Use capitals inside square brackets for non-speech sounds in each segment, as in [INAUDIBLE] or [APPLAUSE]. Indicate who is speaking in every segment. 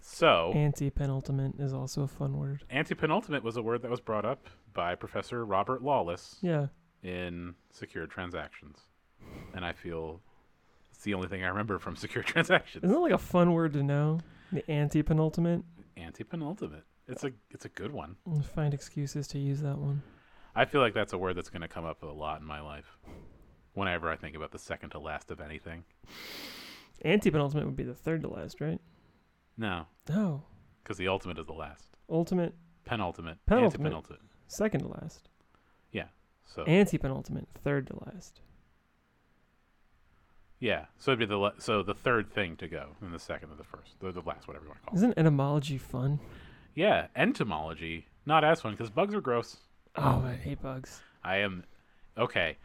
Speaker 1: So,
Speaker 2: Anti penultimate is also a fun word.
Speaker 1: anti-penultimate was a word that was brought up by Professor Robert Lawless
Speaker 2: Yeah.
Speaker 1: in Secure Transactions. And I feel it's the only thing I remember from [LAUGHS] Secure Transactions.
Speaker 2: Isn't that like a fun word to know? The anti penultimate.
Speaker 1: Anti-penultimate. It's a it's a good one.
Speaker 2: Find excuses to use that one.
Speaker 1: I feel like that's a word that's going to come up a lot in my life. Whenever I think about the second to last of anything.
Speaker 2: Anti penultimate would be the third to last, right?
Speaker 1: No,
Speaker 2: No.
Speaker 1: because the ultimate is the last.
Speaker 2: Ultimate,
Speaker 1: Penultimate.
Speaker 2: Penultimate.
Speaker 1: Anti-penultimate.
Speaker 2: second to last.
Speaker 1: So
Speaker 2: Anti penultimate, third to last.
Speaker 1: yeah, so it'd be the le- so the third thing to go, and the second and the first, the, the last, whatever you want to call it.
Speaker 2: Isn't etymology fun?
Speaker 1: Yeah, entomology, not as fun because bugs are gross.
Speaker 2: Oh, I hate bugs.
Speaker 1: I am okay.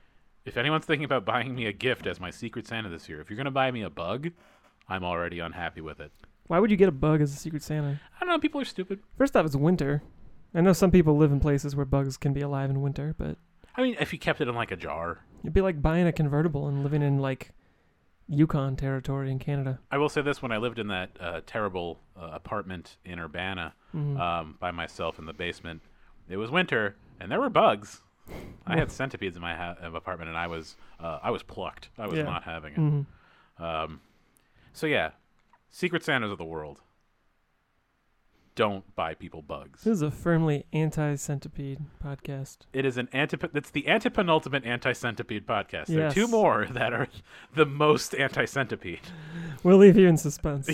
Speaker 1: If anyone's thinking about buying me a gift as my secret Santa this year, if you're gonna buy me a bug, I'm already unhappy with it.
Speaker 2: Why would you get a bug as a Secret Santa?
Speaker 1: I don't know. People are stupid.
Speaker 2: First off, it's winter. I know some people live in places where bugs can be alive in winter, but
Speaker 1: I mean, if you kept it in like a jar,
Speaker 2: it'd be like buying a convertible and living in like Yukon territory in Canada.
Speaker 1: I will say this: when I lived in that uh, terrible uh, apartment in Urbana
Speaker 2: Mhm.
Speaker 1: um, by myself in the basement, it was winter and there were bugs. I had centipedes in my ha- uh, apartment, and I was uh, I was plucked. I was
Speaker 2: Yeah.
Speaker 1: not having it.
Speaker 2: Mhm.
Speaker 1: Um, so yeah, secret Santas of the world. Don't buy people bugs.
Speaker 2: This is a firmly anti-centipede podcast.
Speaker 1: It is an anti. It's the anti-penultimate anti-centipede podcast. There are two
Speaker 2: Yes.
Speaker 1: more [LAUGHS] that are the most anti-centipede. [LAUGHS]
Speaker 2: We'll leave you in suspense.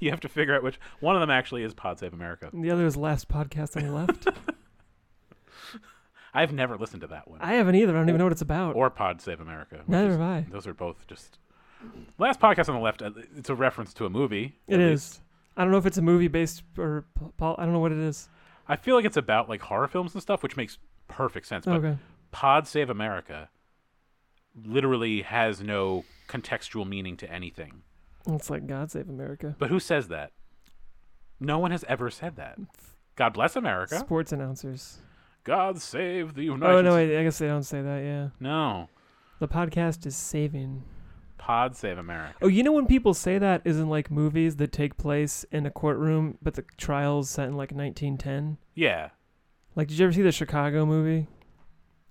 Speaker 1: you have to figure out which one of them actually is Pod Save America.
Speaker 2: the other is last podcast on
Speaker 1: [LAUGHS]
Speaker 2: the left.
Speaker 1: I've never listened to that one.
Speaker 2: I haven't either. I don't even know what it's about.
Speaker 1: or Pod Save America. which
Speaker 2: Neither
Speaker 1: is-
Speaker 2: have I.
Speaker 1: Those are both just. Last podcast on the left. uh, It's a reference to a movie.
Speaker 2: It
Speaker 1: at
Speaker 2: is.
Speaker 1: least.
Speaker 2: I don't know if it's a movie based or po- pol- I don't know what it is.
Speaker 1: I feel like it's about like horror films and stuff, which makes perfect sense. But
Speaker 2: okay.
Speaker 1: Pod Save America literally has no contextual meaning to anything.
Speaker 2: It's like God Save America.
Speaker 1: But who says that? No one has ever said that. God bless America.
Speaker 2: Sports announcers.
Speaker 1: God save the United.
Speaker 2: Oh no, I,
Speaker 1: States.
Speaker 2: I guess they don't say that. Yeah,
Speaker 1: no.
Speaker 2: the podcast is saving.
Speaker 1: Pod Save America.
Speaker 2: Oh, you know when people say that is in like movies that take place in a courtroom, but the trial's set in like 1910.
Speaker 1: Yeah.
Speaker 2: Like, did you ever see the Chicago movie?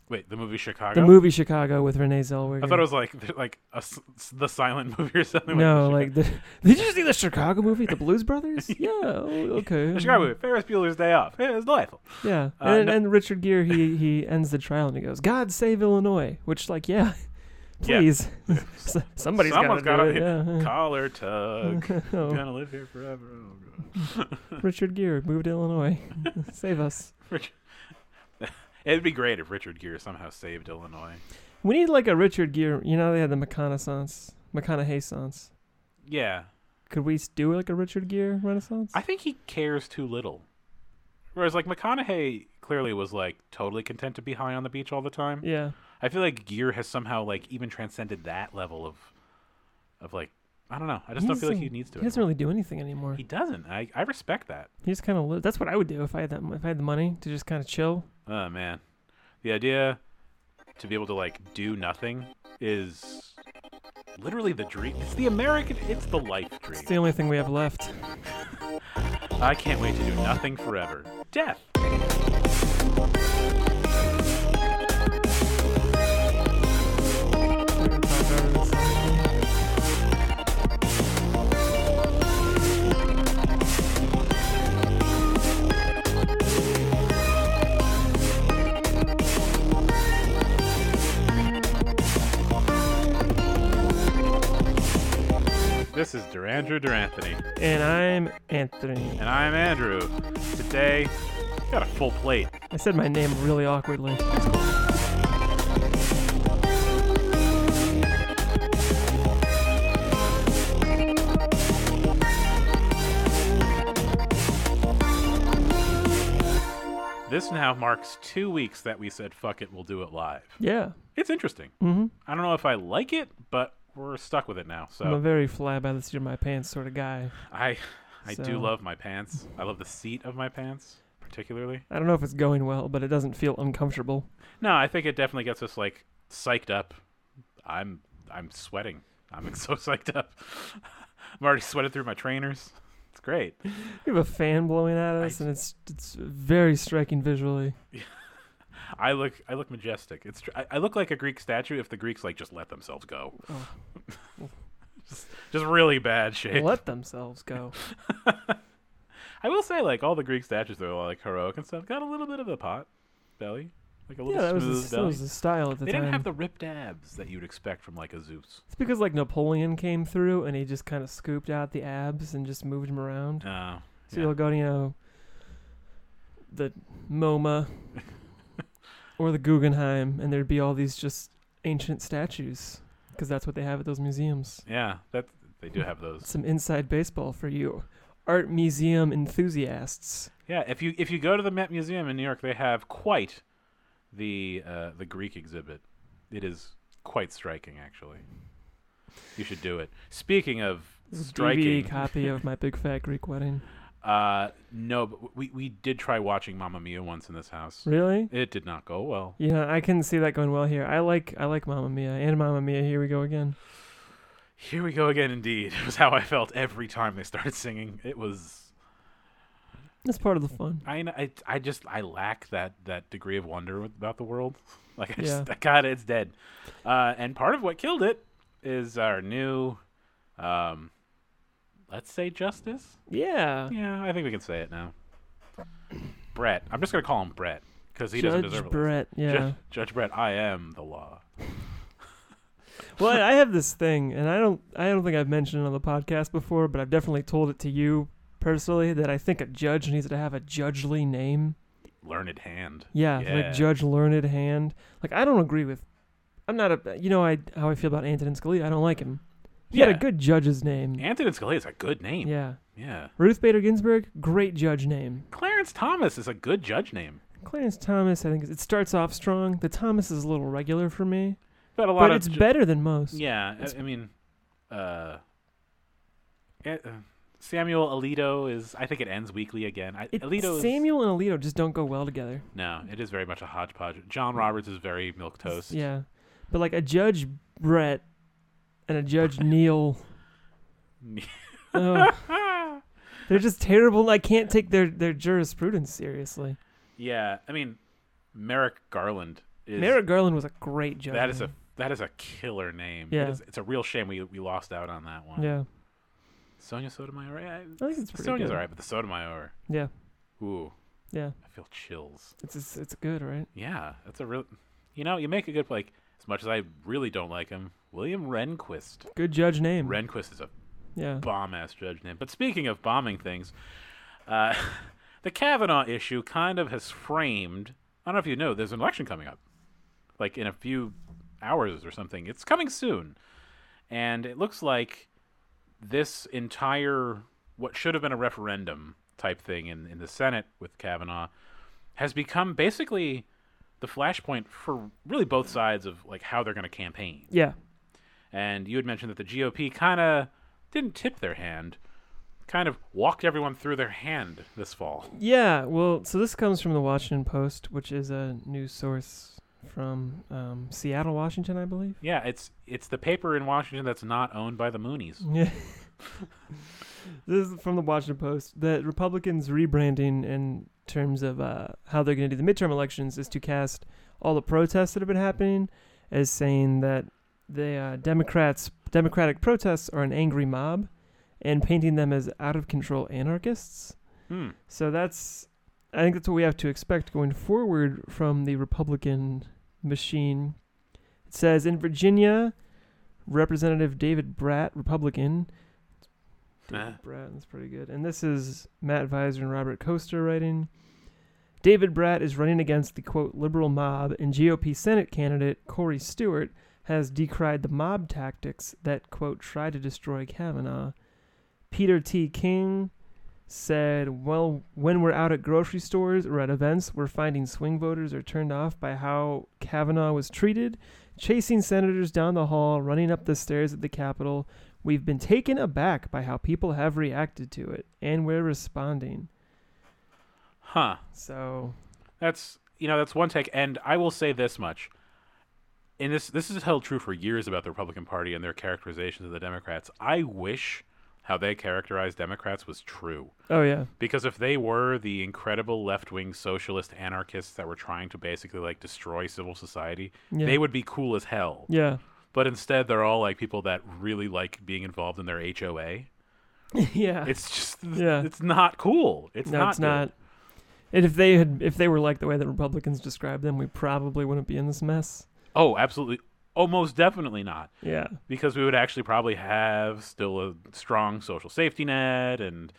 Speaker 1: Wait, the movie Chicago.
Speaker 2: The movie Chicago with Renee Zellweger.
Speaker 1: I thought it was like [LAUGHS] like a s s the silent movie or something.
Speaker 2: no,
Speaker 1: the
Speaker 2: like the, [LAUGHS] did you see the Chicago movie, The
Speaker 1: [LAUGHS]
Speaker 2: Blues Brothers? yeah, oh, okay.
Speaker 1: The Chicago movie, Ferris Bueller's Day Off. Yeah, it's
Speaker 2: [LAUGHS]
Speaker 1: delightful.
Speaker 2: Yeah,
Speaker 1: Uh,
Speaker 2: and,
Speaker 1: no-
Speaker 2: and Richard Gere he he ends the trial and he goes, "God save Illinois," which like yeah,
Speaker 1: [LAUGHS] Yeah.
Speaker 2: please,
Speaker 1: [LAUGHS]
Speaker 2: S- somebody's
Speaker 1: Someone's
Speaker 2: got
Speaker 1: gotta
Speaker 2: to do it. Yeah.
Speaker 1: Collar
Speaker 2: [LAUGHS]
Speaker 1: tug. [LAUGHS]
Speaker 2: Oh,
Speaker 1: Gonna live here forever. Oh, God.
Speaker 2: Richard Gere moved to Illinois,
Speaker 1: [LAUGHS]
Speaker 2: [LAUGHS] save us.
Speaker 1: It'd be great if Richard Gere somehow saved Illinois.
Speaker 2: We need like a Richard Gere. You know they had the McConaissance, McConaughey songs.
Speaker 1: Yeah,
Speaker 2: Could we s- do like a Richard Gere Renaissance?
Speaker 1: I think he cares too little. Whereas like McConaughey clearly was like totally content to be high on the beach all the time.
Speaker 2: yeah,
Speaker 1: I feel like Gere has somehow like even transcended that level of, of like I don't know. I just
Speaker 2: He
Speaker 1: don't feel like
Speaker 2: doesn't-
Speaker 1: he needs to.
Speaker 2: he doesn't
Speaker 1: anymore.
Speaker 2: really do anything anymore.
Speaker 1: He
Speaker 2: He,
Speaker 1: doesn't. I I respect that.
Speaker 2: just kind of li- that's what I would do if I had that m- if I had the money to just kind of chill.
Speaker 1: Oh man, the idea to be able to like do nothing is literally the dream. It's the American. It's the life dream.
Speaker 2: It's the only thing we have left.
Speaker 1: I can't wait to do nothing forever. Death. This is Durandrew Duranthony,
Speaker 2: And I'm Anthony.
Speaker 1: and I'm Andrew. Today, got a full plate.
Speaker 2: I said my name really awkwardly.
Speaker 1: This now marks two weeks that we said, fuck it, we'll do it live.
Speaker 2: Yeah.
Speaker 1: It's interesting.
Speaker 2: Mm-hmm.
Speaker 1: I don't know if I like it, but we're stuck with it now.
Speaker 2: I'm a
Speaker 1: So
Speaker 2: very fly by the seat of my pants sort of guy.
Speaker 1: I, I do
Speaker 2: So-
Speaker 1: love my pants. I love the seat of my pants, particularly.
Speaker 2: I don't know if it's going well, but it doesn't feel uncomfortable.
Speaker 1: No, I think it definitely gets us like psyched up. I'm, [LAUGHS] I'm sweating. I'm so psyched up. I'm already sweated through my trainers. It's great.
Speaker 2: We have a fan blowing at
Speaker 1: I
Speaker 2: us, and it's it's very striking visually.
Speaker 1: I look I look majestic. It's tr- I, I look like a Greek statue if the Greeks like just let themselves go.
Speaker 2: Oh.
Speaker 1: just, just really bad shape.
Speaker 2: Let
Speaker 1: [LAUGHS]
Speaker 2: themselves go.
Speaker 1: I will say like all the Greek statues that are like heroic and stuff got a little bit of a pot belly, like a little
Speaker 2: yeah, that was,
Speaker 1: smooth
Speaker 2: the, that
Speaker 1: belly.
Speaker 2: was the style at the
Speaker 1: they
Speaker 2: time.
Speaker 1: didn't have the ripped abs that you'd expect from like a Zeus.
Speaker 2: it's because like Napoleon came through and he just kind of scooped out the abs and just moved them around.
Speaker 1: Uh,
Speaker 2: So
Speaker 1: yeah.
Speaker 2: you'll go to you know the
Speaker 1: [LAUGHS]
Speaker 2: MoMA or the Guggenheim, and there'd be all these just ancient statues because that's what they have at those museums.
Speaker 1: yeah, that they do have those.
Speaker 2: Some inside baseball for you, art museum enthusiasts.
Speaker 1: Yeah, if you if you go to the Met Museum in New York, they have quite the uh, the Greek exhibit. It is quite striking, actually. You should do it. Speaking of
Speaker 2: There's a
Speaker 1: striking,
Speaker 2: DVD copy of my big fat
Speaker 1: [LAUGHS]
Speaker 2: Greek wedding.
Speaker 1: uh, no, but we we did try watching Mamma Mia once in this house.
Speaker 2: Really?
Speaker 1: It did not go well.
Speaker 2: Yeah, I can see that going well here. I like I like Mamma Mia and Mamma Mia. Here we go again.
Speaker 1: Here we go again. Indeed, [LAUGHS] was how I felt every time they started singing. It was
Speaker 2: That's part of the fun.
Speaker 1: I kn- I, I just I lack that that degree of wonder with- about the world. [LAUGHS] Like I just
Speaker 2: Yeah.
Speaker 1: God, it's dead. Uh, and part of what killed it is our new, um, let's say justice.
Speaker 2: Yeah.
Speaker 1: Yeah, I think we can say it now. Brett, I'm just gonna call him Brett because he doesn't deserve
Speaker 2: Judge
Speaker 1: it.
Speaker 2: Brett. Yeah.
Speaker 1: Judge Brett, I am the law.
Speaker 2: well, I I have this thing, and I don't I don't think I've mentioned it on the podcast before, but I've definitely told it to you personally that I think a judge needs to have a judgely name.
Speaker 1: Learned hand.
Speaker 2: Yeah,
Speaker 1: Yeah.
Speaker 2: like Judge Learned Hand. Like I don't agree with. I'm not a. You know, I how I feel about Antonin Scalia. I don't like him. He had
Speaker 1: Yeah.
Speaker 2: a good judge's name.
Speaker 1: Antonin Scalia is a good name. Yeah.
Speaker 2: Yeah. Ruth Bader Ginsburg, great judge name.
Speaker 1: Clarence Thomas is a good judge name,
Speaker 2: Clarence Thomas, I think it starts off strong. The Thomas is a little regular for me,
Speaker 1: but a lot
Speaker 2: but
Speaker 1: of
Speaker 2: it's
Speaker 1: ju-
Speaker 2: better than most.
Speaker 1: Yeah, I-
Speaker 2: It's-
Speaker 1: I mean, uh, it- uh, Samuel Alito is. I think it ends weekly again. I,
Speaker 2: It,
Speaker 1: Alito. is-
Speaker 2: Samuel and Alito just don't go well together.
Speaker 1: no, it is very much a hodgepodge. John Roberts is very milk toast.
Speaker 2: Mm. Yeah, but like a Judge Brett and
Speaker 1: [LAUGHS]
Speaker 2: a Judge Neil, ugh, they're just terrible. I can't take their their jurisprudence seriously.
Speaker 1: [LAUGHS] yeah, I mean, Merrick Garland is.
Speaker 2: Merrick Garland was a great judge.
Speaker 1: that is a
Speaker 2: man.
Speaker 1: that is a killer name. It
Speaker 2: Yeah.
Speaker 1: is- it's a real shame we we lost out on that one.
Speaker 2: yeah.
Speaker 1: Sonia Sotomayor. I,
Speaker 2: I think it's pretty
Speaker 1: Sonia's
Speaker 2: good.
Speaker 1: alright, but the Sotomayor.
Speaker 2: Yeah,
Speaker 1: Ooh,
Speaker 2: yeah.
Speaker 1: I feel chills.
Speaker 2: It's it's, it's good, right?
Speaker 1: Yeah, that's a real. You know, you make a good like. As much as I really don't like him, William Rehnquist.
Speaker 2: Good judge name.
Speaker 1: Rehnquist is a
Speaker 2: yeah.
Speaker 1: bomb ass judge name. But speaking of bombing things, uh, [LAUGHS] the Kavanaugh issue kind of has framed. I don't know if you know, there's an election coming up, like in a few hours or something. It's coming soon, and it looks like this entire what should have been a referendum type thing in, in the Senate with Kavanaugh has become basically the flashpoint for really both sides of like how they're going to campaign.
Speaker 2: Yeah.
Speaker 1: And you had mentioned that the GOP kind of didn't tip their hand, kind of walked everyone through their hand this fall.
Speaker 2: Yeah, well, so this comes from the Washington Post, which is a news source from um, Seattle, Washington, I believe.
Speaker 1: Yeah, it's it's the paper in Washington that's not owned by the Moonies.
Speaker 2: Yeah. [LAUGHS] this is from the Washington Post that Republicans rebranding in terms of uh, how they're going to do the midterm elections is to cast all the protests that have been happening as saying that the uh, Democrats Democratic protests are an angry mob, and painting them as out of control anarchists.
Speaker 1: Hmm.
Speaker 2: So that's, I think that's what we have to expect going forward from the Republican machine. It says in Virginia, Representative David Bratt, Republican. David Bratt, that's pretty good. And this is Matt Visor and Robert Coaster writing. David Bratt is running against the quote liberal mob, and GOP Senate candidate Corey Stewart has decried the mob tactics that quote try to destroy Kavanaugh. Peter T. King, said, Well, when we're out at grocery stores or at events, we're finding swing voters are turned off by how Kavanaugh was treated, chasing senators down the hall, running up the stairs at the Capitol. We've been taken aback by how people have reacted to it, and we're responding.
Speaker 1: Huh.
Speaker 2: So,
Speaker 1: That's you know that's one take. And I will say this much, and this this has held true for years about the Republican Party and their characterizations of the Democrats. I wish how they characterized Democrats was true.
Speaker 2: Oh yeah.
Speaker 1: Because if they were the incredible left wing socialist anarchists that were trying to basically like destroy civil society,
Speaker 2: Yeah.
Speaker 1: they would be cool as hell.
Speaker 2: yeah. [LAUGHS]
Speaker 1: But instead, they're all like people that really like being involved in their HOA.
Speaker 2: [LAUGHS] yeah.
Speaker 1: It's just,
Speaker 2: Yeah.
Speaker 1: it's not cool. It's
Speaker 2: no,
Speaker 1: not.
Speaker 2: it's
Speaker 1: good.
Speaker 2: not. And if they had, if they were like the way that Republicans describe them, we probably wouldn't be in this mess.
Speaker 1: Oh, absolutely. Oh, most definitely not.
Speaker 2: Yeah.
Speaker 1: Because we would actually probably have still a strong social safety net and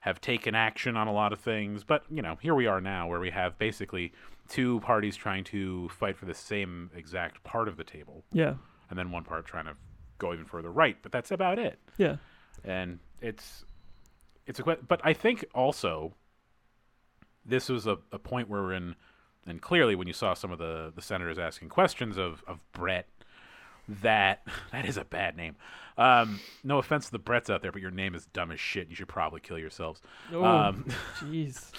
Speaker 1: have taken action on a lot of things. But, you know, here we are now where we have basically two parties trying to fight for the same exact part of the table
Speaker 2: Yeah.
Speaker 1: and then one part trying to go even further right. But that's about it.
Speaker 2: Yeah.
Speaker 1: and it's it's a que- but I think also this was a, a point where we're in and clearly when you saw some of the the senators asking questions of of Brett that [LAUGHS] that is a bad name um no offense to the Bretts out there but your name is dumb as shit you should probably kill yourselves
Speaker 2: Oh,
Speaker 1: Um, [LAUGHS]
Speaker 2: jeez.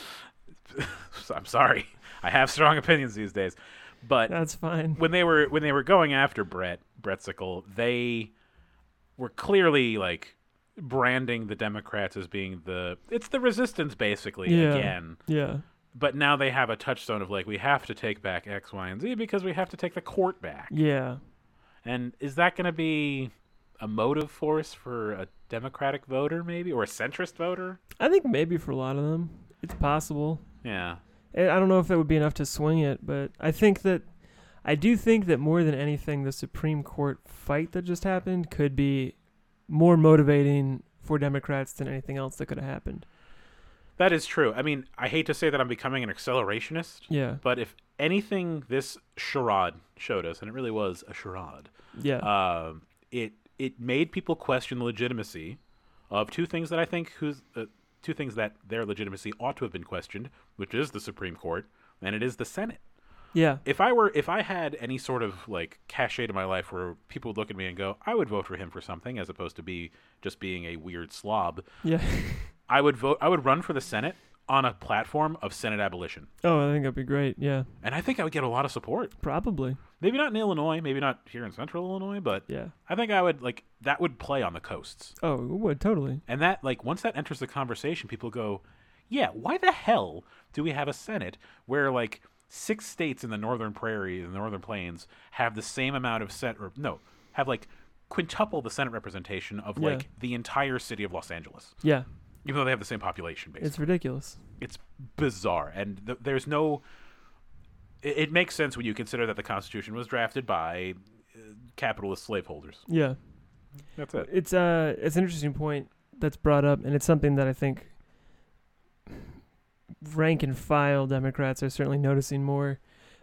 Speaker 1: I'm sorry I have strong [LAUGHS] opinions these days but [LAUGHS]
Speaker 2: That's fine.
Speaker 1: when they were when they were going after Brett Bretzicle, they were clearly like branding the Democrats as being the it's the resistance basically
Speaker 2: Yeah.
Speaker 1: again.
Speaker 2: Yeah.
Speaker 1: But now they have a touchstone of like we have to take back X, Y, and Z because we have to take the court back.
Speaker 2: Yeah.
Speaker 1: And is that going to be a motive force for a Democratic voter maybe or a centrist voter?
Speaker 2: I think maybe for a lot of them, it's possible.
Speaker 1: Yeah.
Speaker 2: I I don't know if that would be enough to swing it, but I think that I do think that more than anything, the Supreme Court fight that just happened could be more motivating for Democrats than anything else that could have happened.
Speaker 1: That is true. I mean, I hate to say that I'm becoming an accelerationist,
Speaker 2: Yeah.
Speaker 1: but if anything this charade showed us and it really was a charade
Speaker 2: Yeah.
Speaker 1: um, it it made people question the legitimacy of two things that I think who's uh, two things that their legitimacy ought to have been questioned, which is the Supreme Court and it is the Senate.
Speaker 2: yeah.
Speaker 1: If I were if I had any sort of like cachet to my life where people would look at me and go, I would vote for him for something as opposed to be just being a weird slob,
Speaker 2: Yeah. [LAUGHS]
Speaker 1: I would vote I would run for the Senate on a platform of Senate abolition.
Speaker 2: oh, I think that'd be great. Yeah.
Speaker 1: And I think I would get a lot of support.
Speaker 2: Probably.
Speaker 1: Maybe not in Illinois, maybe not here in central Illinois, but
Speaker 2: Yeah.
Speaker 1: I think I would like that would play on the coasts.
Speaker 2: Oh, it would totally.
Speaker 1: And that, like, once that enters the conversation, people go, yeah, why the hell do we have a Senate where, like, six states in the Northern Prairie and the Northern Plains have the same amount of Senate, or no, have, like, quintuple the Senate representation of,
Speaker 2: Yeah.
Speaker 1: like, the entire city of Los Angeles,
Speaker 2: Yeah.
Speaker 1: even though they have the same population, basically.
Speaker 2: It's ridiculous.
Speaker 1: It's, bizarre. And th- there's no. It, it makes sense when you consider that the Constitution was drafted by uh, capitalist slaveholders.
Speaker 2: Yeah.
Speaker 1: That's it.
Speaker 2: It's uh it's an interesting point that's brought up and it's something that I think rank and file Democrats are certainly noticing more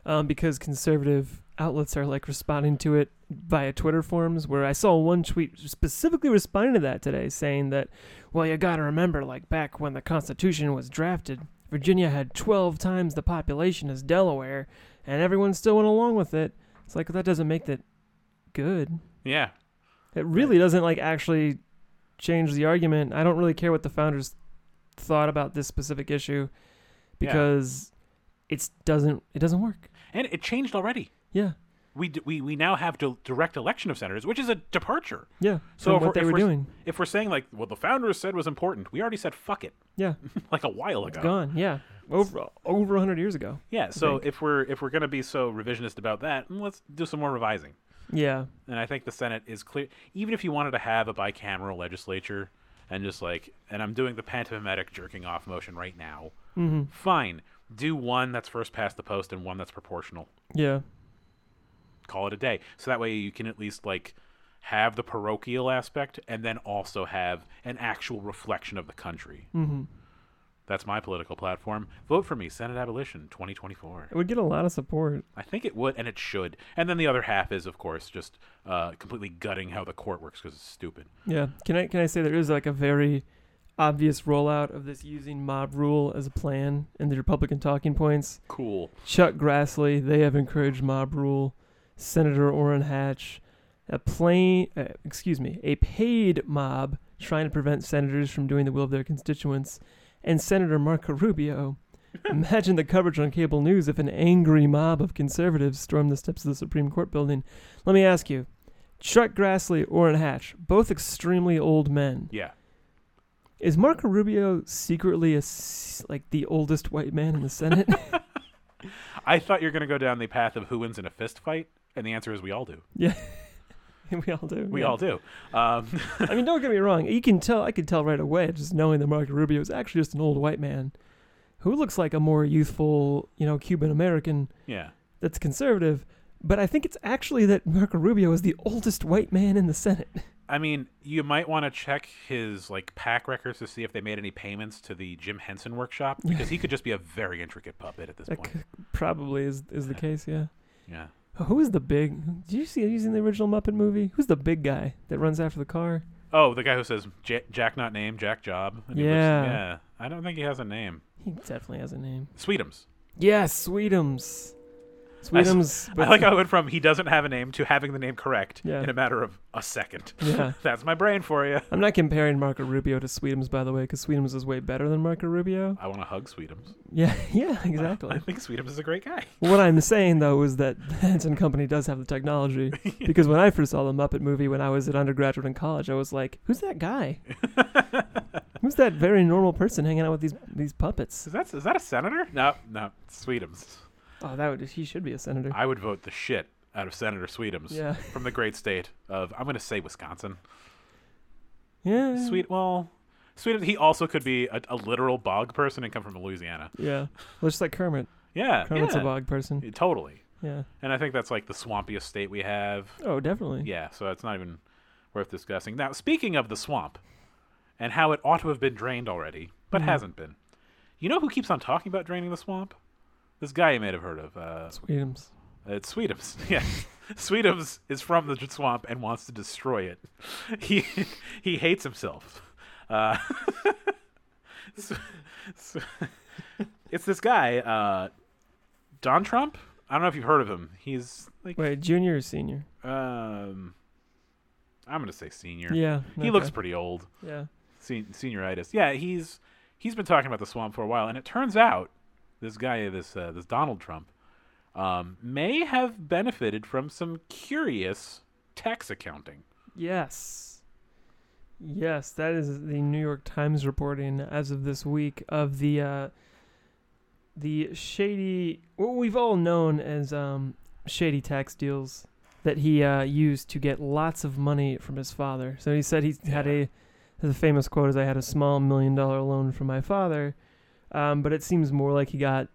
Speaker 2: um, because conservative outlets are like responding to it via Twitter forums where I saw one tweet specifically responding to that today saying that well you got to remember like back when the constitution was drafted Virginia had 12 times the population as Delaware and everyone still went along with it it's like that doesn't make that good
Speaker 1: Yeah.
Speaker 2: it really doesn't like actually change the argument. I don't really care what the founders thought about this specific issue
Speaker 1: Yeah.
Speaker 2: because it's doesn't it doesn't work.
Speaker 1: And it changed already.
Speaker 2: Yeah.
Speaker 1: we, d- we we now have d- direct election of senators, which is a departure.
Speaker 2: Yeah.
Speaker 1: So
Speaker 2: So
Speaker 1: if
Speaker 2: what
Speaker 1: we're-
Speaker 2: they
Speaker 1: if
Speaker 2: were
Speaker 1: we're-
Speaker 2: doing.
Speaker 1: If we're saying like what the founders said was important, we already said fuck it [LAUGHS]
Speaker 2: Yeah.
Speaker 1: like a while ago.
Speaker 2: It's gone. Yeah. Over over 100 years ago.
Speaker 1: Yeah. So if we're if we're gonna be so revisionist about that, mm, let's do some more revising.
Speaker 2: Yeah.
Speaker 1: And I think the Senate is clear. Even if you wanted to have a bicameral legislature and just like, and I'm doing the pantomimetic jerking off motion right now,
Speaker 2: Mhm.
Speaker 1: fine. Do one that's first past the post and one that's proportional.
Speaker 2: Yeah.
Speaker 1: call it a day. So that way you can at least like have the parochial aspect and then also have an actual reflection of the country.
Speaker 2: Mhm.
Speaker 1: That's my political platform. Vote for me, Senate Abolition 2024.
Speaker 2: It would get a lot of support.
Speaker 1: I think it would and it should. And then the other half is, of course, just uh, completely gutting how the court works because it's stupid.
Speaker 2: Yeah. Can I can I say there is like a very obvious rollout of this using mob rule as a plan in the Republican talking points.
Speaker 1: Cool.
Speaker 2: Chuck Grassley, they have encouraged mob rule. Senator Orrin Hatch, a plain, uh, excuse me, a paid mob trying to prevent senators from doing the will of their constituents, and Senator
Speaker 1: [LAUGHS]
Speaker 2: Marco Rubio. Imagine the coverage on cable news if an angry mob of conservatives stormed the steps of the Supreme Court building. Let me ask you, Chuck Grassley, Orrin Hatch, both extremely old men.
Speaker 1: Yeah.
Speaker 2: Is Marco Rubio secretly a s- like the oldest white man in the Senate? [LAUGHS]
Speaker 1: I thought you were going to go down the path of who wins in a fist fight, and the answer is we all do.
Speaker 2: we all do.
Speaker 1: We
Speaker 2: yeah.
Speaker 1: all do. Um, [LAUGHS]
Speaker 2: I mean, don't get me wrong. You can tell. I could tell right away just knowing that Marco Rubio is actually just an old white man who looks like a more youthful, you know, Cuban American
Speaker 1: yeah.
Speaker 2: that's conservative. But I think it's actually that Marco Rubio is the oldest white man in the Senate.
Speaker 1: I mean, you might want to check his like pack records to see if they made any payments to the Jim Henson
Speaker 2: [LAUGHS]
Speaker 1: workshop because he could just be a very intricate puppet at this
Speaker 2: That
Speaker 1: point.
Speaker 2: c- probably is is the case. Yeah.
Speaker 1: Yeah.
Speaker 2: Who is the big? Did you see? Have you seen the original Muppet movie? Who's the big guy that runs after the car?
Speaker 1: Oh, the guy who says J- Jack not name, Jack job. and he lives-
Speaker 2: Yeah.
Speaker 1: yeah. I don't think he has a name.
Speaker 2: He definitely has a name. [LAUGHS]
Speaker 1: Sweetums.
Speaker 2: Yes, Sweetums.
Speaker 1: I s-
Speaker 2: Sweetums.
Speaker 1: I like how it went from he doesn't have a name to having the name correct
Speaker 2: Yeah.
Speaker 1: in a matter of a second.
Speaker 2: [LAUGHS] Yeah.
Speaker 1: That's my brain for you.
Speaker 2: I'm not comparing Marco Rubio to Sweetums, by the way, because Sweetums is way better than Marco Rubio. [LAUGHS]
Speaker 1: I want to hug Sweetums.
Speaker 2: Yeah, yeah,
Speaker 1: [LAUGHS] I
Speaker 2: exactly.
Speaker 1: think Sweetums is a great guy.
Speaker 2: what I'm saying though is that [LAUGHS] the Henson Company does have
Speaker 1: [LAUGHS]
Speaker 2: the technology, because when I first saw the Muppet movie when I was an undergraduate in college, I was like, "Who's
Speaker 1: [LAUGHS]
Speaker 2: that guy? Who's that very normal person hanging out with these these puppets?"
Speaker 1: Is that is that a senator? No, no, Sweetums.
Speaker 2: Oh, that would, he should be a senator.
Speaker 1: I would vote the shit out of Senator Sweetums [LAUGHS]
Speaker 2: Yeah,
Speaker 1: from the great state of I'm going to say Wisconsin.
Speaker 2: yeah,
Speaker 1: Sweet, well, Sweetums. He also could be a, a literal bog person and come from Louisiana.
Speaker 2: Yeah, well, just like Kermit.
Speaker 1: Yeah,
Speaker 2: Kermit's
Speaker 1: yeah.
Speaker 2: a bog person.
Speaker 1: Yeah, Totally.
Speaker 2: Yeah.
Speaker 1: And I think that's like the swampiest state we have.
Speaker 2: Oh, definitely.
Speaker 1: Yeah, so it's not even worth discussing. Now, speaking of the swamp and how it ought to have been drained already, but
Speaker 2: Mhm.
Speaker 1: hasn't been. You know who keeps on talking about draining the swamp? This guy you may have heard of. Uh,
Speaker 2: Sweetums.
Speaker 1: it's Sweetums. [LAUGHS] Yeah. Sweetums is from the swamp and wants to destroy it. [LAUGHS] He he hates himself. Uh, [LAUGHS] so- so- it's this guy, uh, Don Trump. I don't know if you've heard of him. He's like,
Speaker 2: Wait, junior or senior?
Speaker 1: um, I'm gonna say senior.
Speaker 2: Yeah.
Speaker 1: He looks
Speaker 2: okay.
Speaker 1: pretty old.
Speaker 2: Yeah.
Speaker 1: Sen- senioritis. Yeah, he's he's been talking about the swamp for a while, and it turns out this guy, this uh, this Donald Trump, um, may have benefited from some curious tax accounting.
Speaker 2: Yes. Yes, that is the New York Times reporting as of this week of the uh the shady what we've all known as um shady tax deals that he uh used to get lots of money from his father. So he said he had
Speaker 1: Yeah.
Speaker 2: a the famous quote is I had a small million dollar loan from my father. Um but it seems more like he got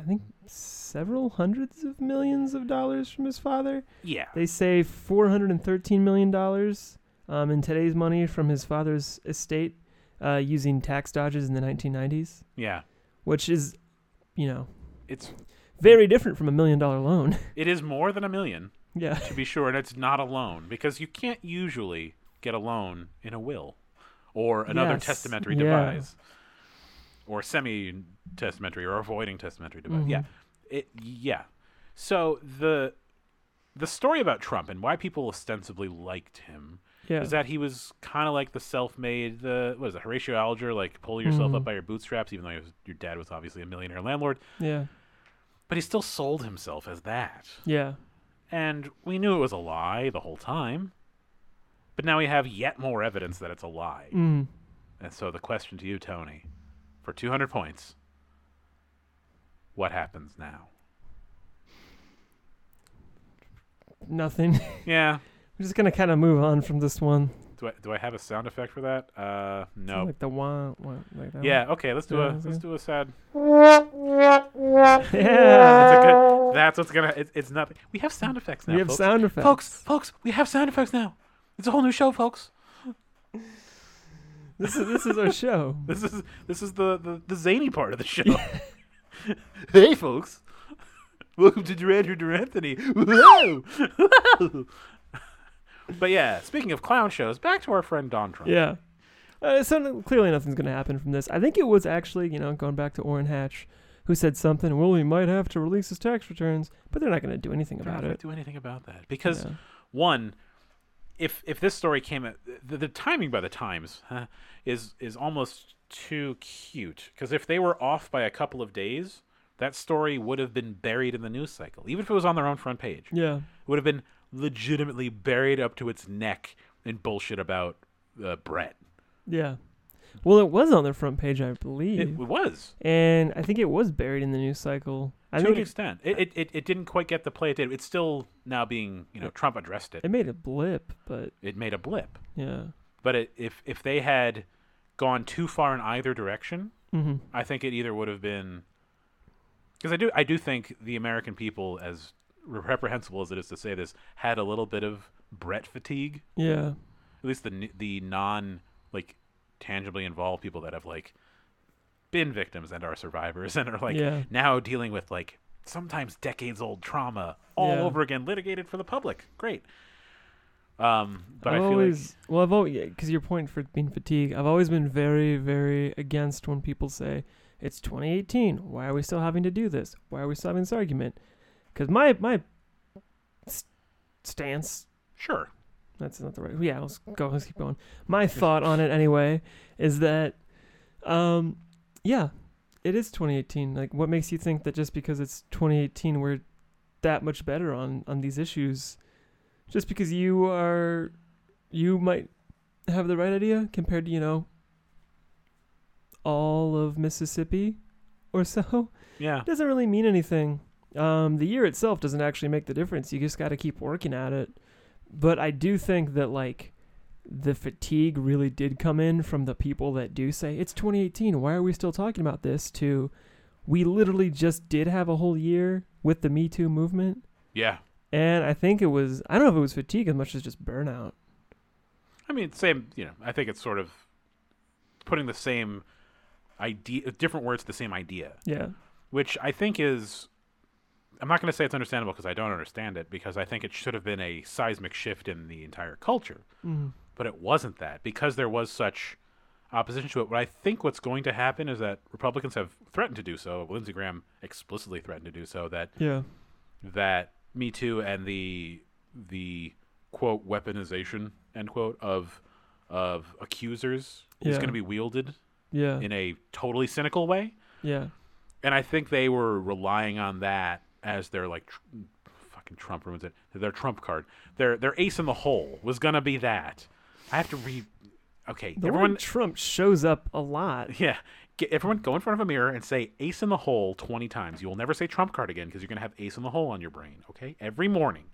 Speaker 2: I think several hundreds of millions of dollars from his father.
Speaker 1: Yeah,
Speaker 2: They say four hundred and thirteen million dollars um, in today's money from his father's estate uh, using tax dodges in the nineteen nineties,
Speaker 1: yeah.
Speaker 2: which is, you know,
Speaker 1: It's
Speaker 2: very different from a million dollar loan. [LAUGHS]
Speaker 1: it is more than a million
Speaker 2: yeah,
Speaker 1: to be sure, and it's not a loan because you can't usually get a loan in a will or another
Speaker 2: Yes,
Speaker 1: testamentary
Speaker 2: yeah.
Speaker 1: device or semi-testamentary or avoiding testamentary device. Yeah,
Speaker 2: Mhm.
Speaker 1: it, yeah. So the the story about Trump and why people ostensibly liked him
Speaker 2: yeah,
Speaker 1: is that he was kind of like the self-made, the what is it, Horatio Alger, like pull yourself up
Speaker 2: Mhm.
Speaker 1: by your bootstraps, even though he was, your dad was obviously a millionaire landlord,
Speaker 2: yeah,
Speaker 1: but he still sold himself as that.
Speaker 2: yeah,
Speaker 1: And we knew it was a lie the whole time. But now we have yet more evidence that it's a lie.
Speaker 2: mm.
Speaker 1: And so the question to you, Tony, for 200 points, what happens now?
Speaker 2: nothing. [LAUGHS] We're
Speaker 1: Yeah.
Speaker 2: just gonna kind of move on from this one.
Speaker 1: Do I, do I have a sound effect for that? Uh, no.
Speaker 2: like the wah, wah, like
Speaker 1: [LAUGHS]
Speaker 2: that.
Speaker 1: yeah. Okay. Let's do
Speaker 2: Yeah,
Speaker 1: a
Speaker 2: that's
Speaker 1: let's
Speaker 2: good.
Speaker 1: do a sad.
Speaker 2: one. yeah.
Speaker 1: That's, a good, that's what's gonna. It's, it's nothing. We have sound effects now.
Speaker 2: We have
Speaker 1: folks.
Speaker 2: sound effects.
Speaker 1: folks. Folks, we have sound effects now. It's a whole new show, folks.
Speaker 2: This is this is our show.
Speaker 1: [LAUGHS] This is this is the the, the zany part of the show. [LAUGHS] hey, folks. Welcome to Durant or Duranthony. Whoa!
Speaker 2: [LAUGHS]
Speaker 1: Whoa! but yeah, speaking of clown shows, back to our friend Don Trump.
Speaker 2: Yeah. Uh, so no- clearly nothing's going to happen from this. I think it was actually, you know, going back to Orrin Hatch, who said something, well, we might have to release his tax returns, but they're not going to do anything
Speaker 1: They're not
Speaker 2: about
Speaker 1: gonna
Speaker 2: it.
Speaker 1: do anything about that because
Speaker 2: Yeah.
Speaker 1: one, if if this story came at the, the timing by the Times huh, is is almost too cute because if they were off by a couple of days, that story would have been buried in the news cycle, even if it was on their own front page.
Speaker 2: Yeah.
Speaker 1: would have been legitimately buried up to its neck in bullshit about uh, Brett.
Speaker 2: Yeah. Well, it was on the front page, I believe,
Speaker 1: It was
Speaker 2: and I think it was buried in the news cycle. I
Speaker 1: to
Speaker 2: think
Speaker 1: an
Speaker 2: it,
Speaker 1: extent. It, it it it didn't quite get the play it did. It's still now being you know Trump addressed it.
Speaker 2: it made a blip, but
Speaker 1: It made a blip,
Speaker 2: yeah.
Speaker 1: but it, if if they had gone too far in either direction,
Speaker 2: Mm-hmm.
Speaker 1: I think it either would have been because I do I do think the American people, as reprehensible as it is to say this, had a little bit of Brett fatigue.
Speaker 2: Yeah.
Speaker 1: At least the n- the non like tangibly involved people that have like been victims and are survivors [LAUGHS] and are like
Speaker 2: Yeah.
Speaker 1: now dealing with like sometimes decades old trauma all
Speaker 2: Yeah.
Speaker 1: over again litigated for the public. Great. Um, but
Speaker 2: I've
Speaker 1: I feel
Speaker 2: always well, I've always because your point for being fatigued. I've always been very, very against when people say it's 2018. Why are we still having to do this? Why are we still having this argument? Because my my s- stance
Speaker 1: like sure.
Speaker 2: that's not the right. Yeah, let's go. Let's keep going. My thought on it anyway is that, um, yeah, it is 2018. Like, what makes you think that just because it's 2018, we're that much better on on these issues? Just because you are, you might have the right idea compared to you know all of Mississippi or so
Speaker 1: Yeah.
Speaker 2: doesn't really mean anything. Um, the year itself doesn't actually make the difference. You just got to keep working at it. But I do think that like the fatigue really did come in from the people that do say it's 2018. Why are we still talking about this? To we literally just did have a whole year with the Me Too movement,
Speaker 1: Yeah.
Speaker 2: and I think it was I don't know if it was fatigue as much as just burnout.
Speaker 1: I mean, same. You know, I think it's sort of putting the same idea, different words, to the same idea,
Speaker 2: Yeah,
Speaker 1: which I think is. I'm not going to say it's understandable because I don't understand it because I think it should have been a seismic shift in the entire culture,
Speaker 2: mm.
Speaker 1: but it wasn't that because there was such opposition to it. What I think what's going to happen is that Republicans have threatened to do so. Lindsey Graham explicitly threatened to do so. That
Speaker 2: yeah,
Speaker 1: that Me Too and the the quote weaponization end quote of of accusers is
Speaker 2: Yeah.
Speaker 1: going to be wielded
Speaker 2: yeah,
Speaker 1: in a totally cynical way,
Speaker 2: yeah,
Speaker 1: and I think they were relying on that as their like tr- fucking Trump ruins it their trump card their their ace in the hole was going to be that I have to re okay
Speaker 2: The
Speaker 1: everyone
Speaker 2: word Trump shows up a [LAUGHS] lot.
Speaker 1: [LAUGHS] yeah. Get everyone go in front of a mirror and say ace in the hole 20 times. You will never say trump card again because you're going to have ace in the hole on your brain, okay? Every morning.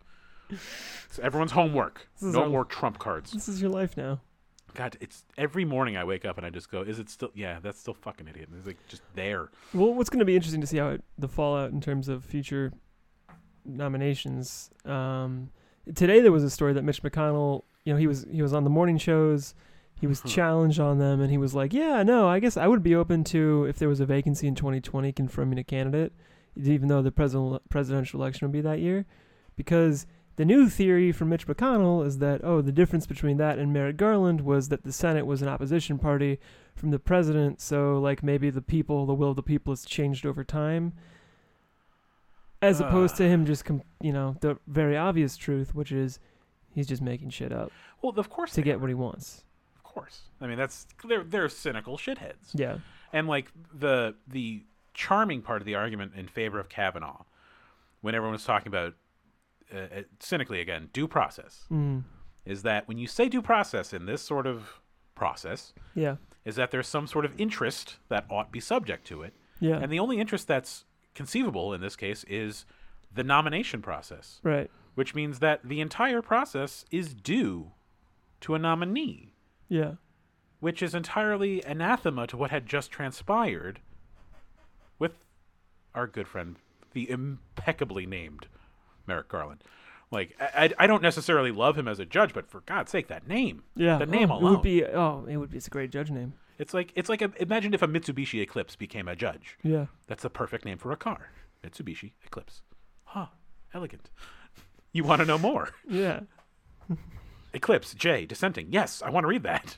Speaker 1: It's everyone's homework.
Speaker 2: This is
Speaker 1: No
Speaker 2: our-
Speaker 1: more trump cards.
Speaker 2: This is your life now.
Speaker 1: God, it's every morning I wake up and I just go, is it still Yeah, that's still fucking idiot. And It's like just there.
Speaker 2: Well, what's going to be interesting to see how it, the fallout in terms of future nominations. Um, today there was a story that Mitch McConnell, you know, he was he was on the morning shows, he was
Speaker 1: Huh.
Speaker 2: challenged on them, and he was like, "Yeah, no, I guess I would be open to if there was a vacancy in 2020 confirming a candidate, even though the president presidential election would be that year, because." The new theory from Mitch McConnell is that, oh, the difference between that and Merrick Garland was that the Senate was an opposition party from the president. So, like, maybe the people, the will of the people has changed over time. As opposed
Speaker 1: Ah.
Speaker 2: to him just, com- you know, the very obvious truth, which is he's just making shit up
Speaker 1: Well, of course
Speaker 2: to
Speaker 1: they
Speaker 2: get
Speaker 1: are.
Speaker 2: what he wants.
Speaker 1: Of course. I mean, that's they're they're cynical shitheads.
Speaker 2: Yeah.
Speaker 1: And like the the charming part of the argument in favor of Kavanaugh when everyone was talking about uh, uh, cynically again, due process.
Speaker 2: Mm.
Speaker 1: is that when you say due process in this sort of process,
Speaker 2: Yeah.
Speaker 1: is that there's some sort of interest that ought be subject to it.
Speaker 2: Yeah.
Speaker 1: And the only interest that's conceivable in this case is the nomination process,
Speaker 2: right.
Speaker 1: which means that the entire process is due to a nominee,
Speaker 2: Yeah.
Speaker 1: which is entirely anathema to what had just transpired with our good friend, the impeccably named Merrick Garland. Like, I, I- I don't necessarily love him as a judge, but for God's sake, that name.
Speaker 2: Yeah.
Speaker 1: The name
Speaker 2: oh, It
Speaker 1: alone.
Speaker 2: would be, oh, it would be, it's a great judge name.
Speaker 1: It's like it's like a, imagine if a Mitsubishi Eclipse became a judge.
Speaker 2: Yeah.
Speaker 1: That's the perfect name for a car. Mitsubishi Eclipse. Huh. Elegant. You want to know more? [LAUGHS]
Speaker 2: Yeah.
Speaker 1: Eclipse J dissenting. Yes, I want to read that.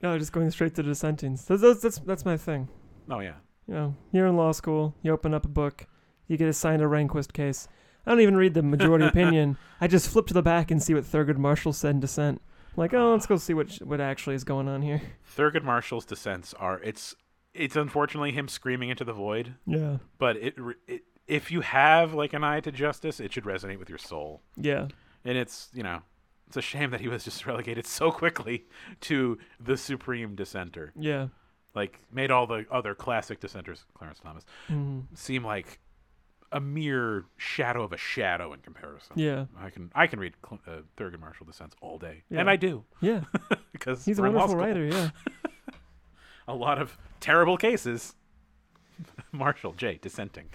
Speaker 2: No, just going straight to dissenting. So that's, that's, that's my thing.
Speaker 1: Oh yeah.
Speaker 2: you know, you're in law school, you open up a book, you get assigned a Rehnquist case. I don't even read
Speaker 1: [LAUGHS]
Speaker 2: the majority opinion. I just flip to the back and see what Thurgood Marshall said in dissent. I'm like, oh, let's go see what what actually is going on here.
Speaker 1: Thurgood Marshall's dissents are it's it's unfortunately him screaming into the void,
Speaker 2: Yeah.
Speaker 1: but it, re- it if you have like an eye to justice, it should resonate with your soul.
Speaker 2: Yeah.
Speaker 1: And it's, you know, It's a shame that he was [LAUGHS] just relegated so quickly to the supreme dissenter.
Speaker 2: Yeah.
Speaker 1: Like made all the other classic dissenters, Clarence Thomas,
Speaker 2: Mhm.
Speaker 1: seem like a mere shadow of a shadow in comparison.
Speaker 2: Yeah.
Speaker 1: I can I can read Cl- uh, Thurgood Marshall dissents all day,
Speaker 2: Yeah.
Speaker 1: and I do [LAUGHS]
Speaker 2: Yeah.
Speaker 1: because
Speaker 2: He's a
Speaker 1: we're in law
Speaker 2: wonderful
Speaker 1: school.
Speaker 2: writer. Yeah.
Speaker 1: A lot of terrible cases. [LAUGHS] Marshall J dissenting,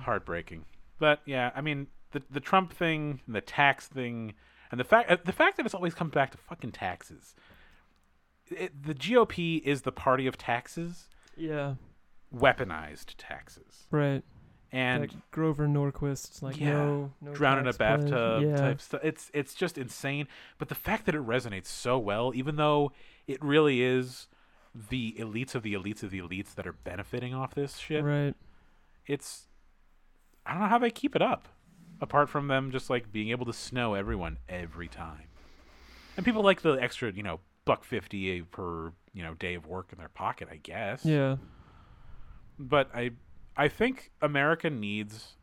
Speaker 1: heartbreaking. But yeah, I mean the the Trump thing, and the tax thing, and the fact uh, the fact that it's always comes back to fucking taxes. It, the GOP is the party of taxes,
Speaker 2: Yeah.
Speaker 1: weaponized taxes,
Speaker 2: Right.
Speaker 1: and
Speaker 2: like Grover Norquist, like
Speaker 1: Yeah.
Speaker 2: no, no
Speaker 1: drown in a
Speaker 2: tax plan.
Speaker 1: bathtub
Speaker 2: yeah.
Speaker 1: type stuff. It's it's just insane. But the fact that it resonates so well, even though it really is the elites of the elites of the elites that are benefiting off this shit,
Speaker 2: Right.
Speaker 1: it's I don't know how they keep it up, apart from them just like being able to snow everyone every time. And people like the extra, you know, buck fifty per you know day of work in their pocket, I guess
Speaker 2: Yeah.
Speaker 1: but I I think America needs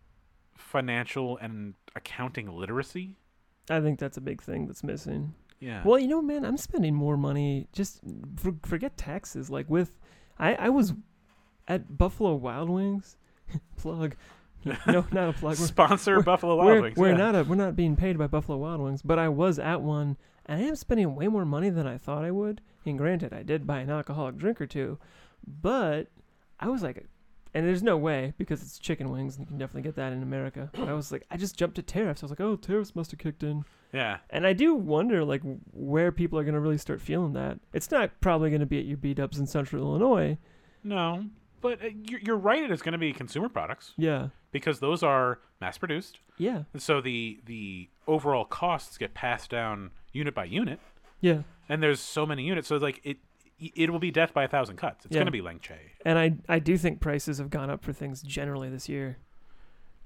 Speaker 1: financial and accounting literacy.
Speaker 2: I think that's a big thing that's missing.
Speaker 1: Yeah.
Speaker 2: Well, you know, man, I'm spending more money. Just for, forget taxes. Like with, I I was at Buffalo Wild Wings. [LAUGHS] plug. No, not a
Speaker 1: [LAUGHS]
Speaker 2: plug. We're-
Speaker 1: Sponsor
Speaker 2: we're-
Speaker 1: Buffalo Wild
Speaker 2: we're,
Speaker 1: Wings.
Speaker 2: we're
Speaker 1: yeah.
Speaker 2: not a, we're not being paid by Buffalo Wild Wings, but I was at one, and I am spending way more money than I thought I would. And granted, I did buy an alcoholic drink or two, but I was like, and there's no way because it's chicken wings, and you can definitely get that in America. But I was like, I just jumped to tariffs. I was like, oh, tariffs must have kicked in.
Speaker 1: Yeah.
Speaker 2: And I do wonder like where people are gonna really start feeling that. It's not probably gonna be at your B Dubs in Central Illinois.
Speaker 1: No, but uh, you're, you're right. It is going to be consumer products
Speaker 2: Yeah,
Speaker 1: because those are mass produced.
Speaker 2: yeah,
Speaker 1: And so the the overall costs get passed down unit by unit,
Speaker 2: yeah.
Speaker 1: and there's so many units. So like it it will be death by a thousand cuts. It's
Speaker 2: Yeah.
Speaker 1: going to be Leng Che.
Speaker 2: And I I do think prices have gone up for things generally this year.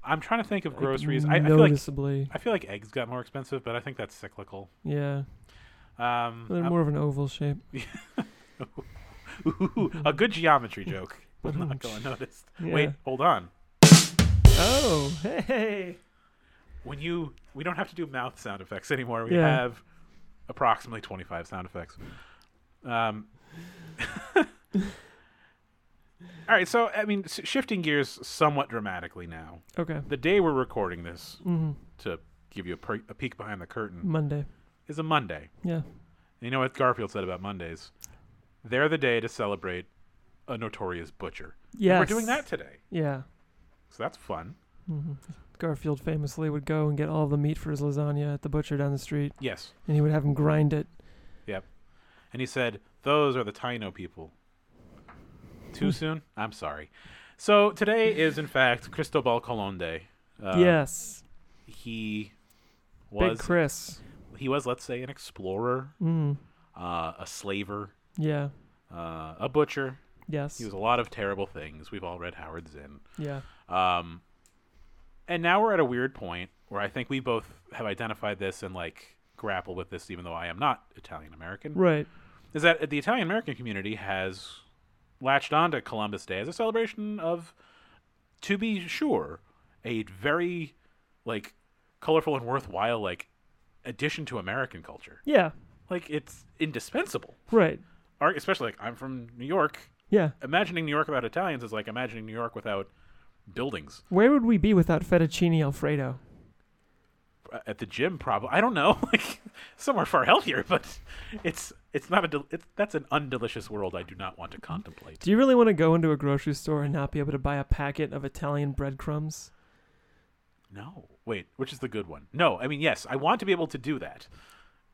Speaker 1: I'm trying to think of
Speaker 2: Like,
Speaker 1: groceries. I, I feel like
Speaker 2: noticeably.
Speaker 1: I feel like eggs got more expensive, but I think that's cyclical.
Speaker 2: Yeah,
Speaker 1: Um,
Speaker 2: they're
Speaker 1: I'm-
Speaker 2: more of an oval shape.
Speaker 1: Ooh, [LAUGHS] a good geometry joke
Speaker 2: [LAUGHS]
Speaker 1: will not go unnoticed. Wait,
Speaker 2: Yeah.
Speaker 1: hold on.
Speaker 2: Oh, hey.
Speaker 1: When you we don't have to do mouth sound effects anymore. We
Speaker 2: Yeah.
Speaker 1: have approximately 25 sound effects. Um [LAUGHS] All right, so I mean s- shifting gears somewhat dramatically now.
Speaker 2: Okay.
Speaker 1: The day we're recording this
Speaker 2: hmm
Speaker 1: to give you a, per- a peek behind the curtain
Speaker 2: Monday.
Speaker 1: is a Monday.
Speaker 2: Yeah.
Speaker 1: And you know what Garfield said about Mondays? They're the day to celebrate a notorious butcher.
Speaker 2: Yeah.
Speaker 1: And we're doing that today.
Speaker 2: Yeah.
Speaker 1: So that's fun.
Speaker 2: hmm Garfield famously would go and get all the meat for his lasagna at the butcher down the street,
Speaker 1: Yes.
Speaker 2: and he would have him grind it.
Speaker 1: And he said, Those are the Taino people. Too soon? I'm sorry. So today is, in fact, Cristobal Colon Day. Uh,
Speaker 2: yes.
Speaker 1: He
Speaker 2: Big
Speaker 1: was,
Speaker 2: Chris.
Speaker 1: he was, let's say, an explorer,
Speaker 2: Mm.
Speaker 1: uh, a slaver,
Speaker 2: Yeah.
Speaker 1: uh, a butcher.
Speaker 2: Yes.
Speaker 1: He was a lot of terrible things. We've all read Howard Zinn.
Speaker 2: yeah.
Speaker 1: Um, and now we're at a weird point where I think we both have identified this and, like, grapple with this, even though I am not Italian American.
Speaker 2: Right.
Speaker 1: is that the Italian American community has latched on to Columbus Day as a celebration of, to be sure, a very like colorful and worthwhile like addition to American culture.
Speaker 2: Yeah.
Speaker 1: Like it's indispensable.
Speaker 2: Right.
Speaker 1: Ar- Especially like I'm from New York.
Speaker 2: Yeah.
Speaker 1: Imagining New York without Italians is like imagining New York without buildings
Speaker 2: Where would we be without fettuccine alfredo?
Speaker 1: Uh, at the gym. Probably I don't know. [LAUGHS] Like somewhere far healthier, but it's it's not a del- it's, that's an undelicious world. I do not want to contemplate.
Speaker 2: Do you really want to go into a grocery store and not be able to buy a packet of Italian breadcrumbs? [LAUGHS]
Speaker 1: No. Wait, which is the good one? No, I mean yes, I want to be able to do that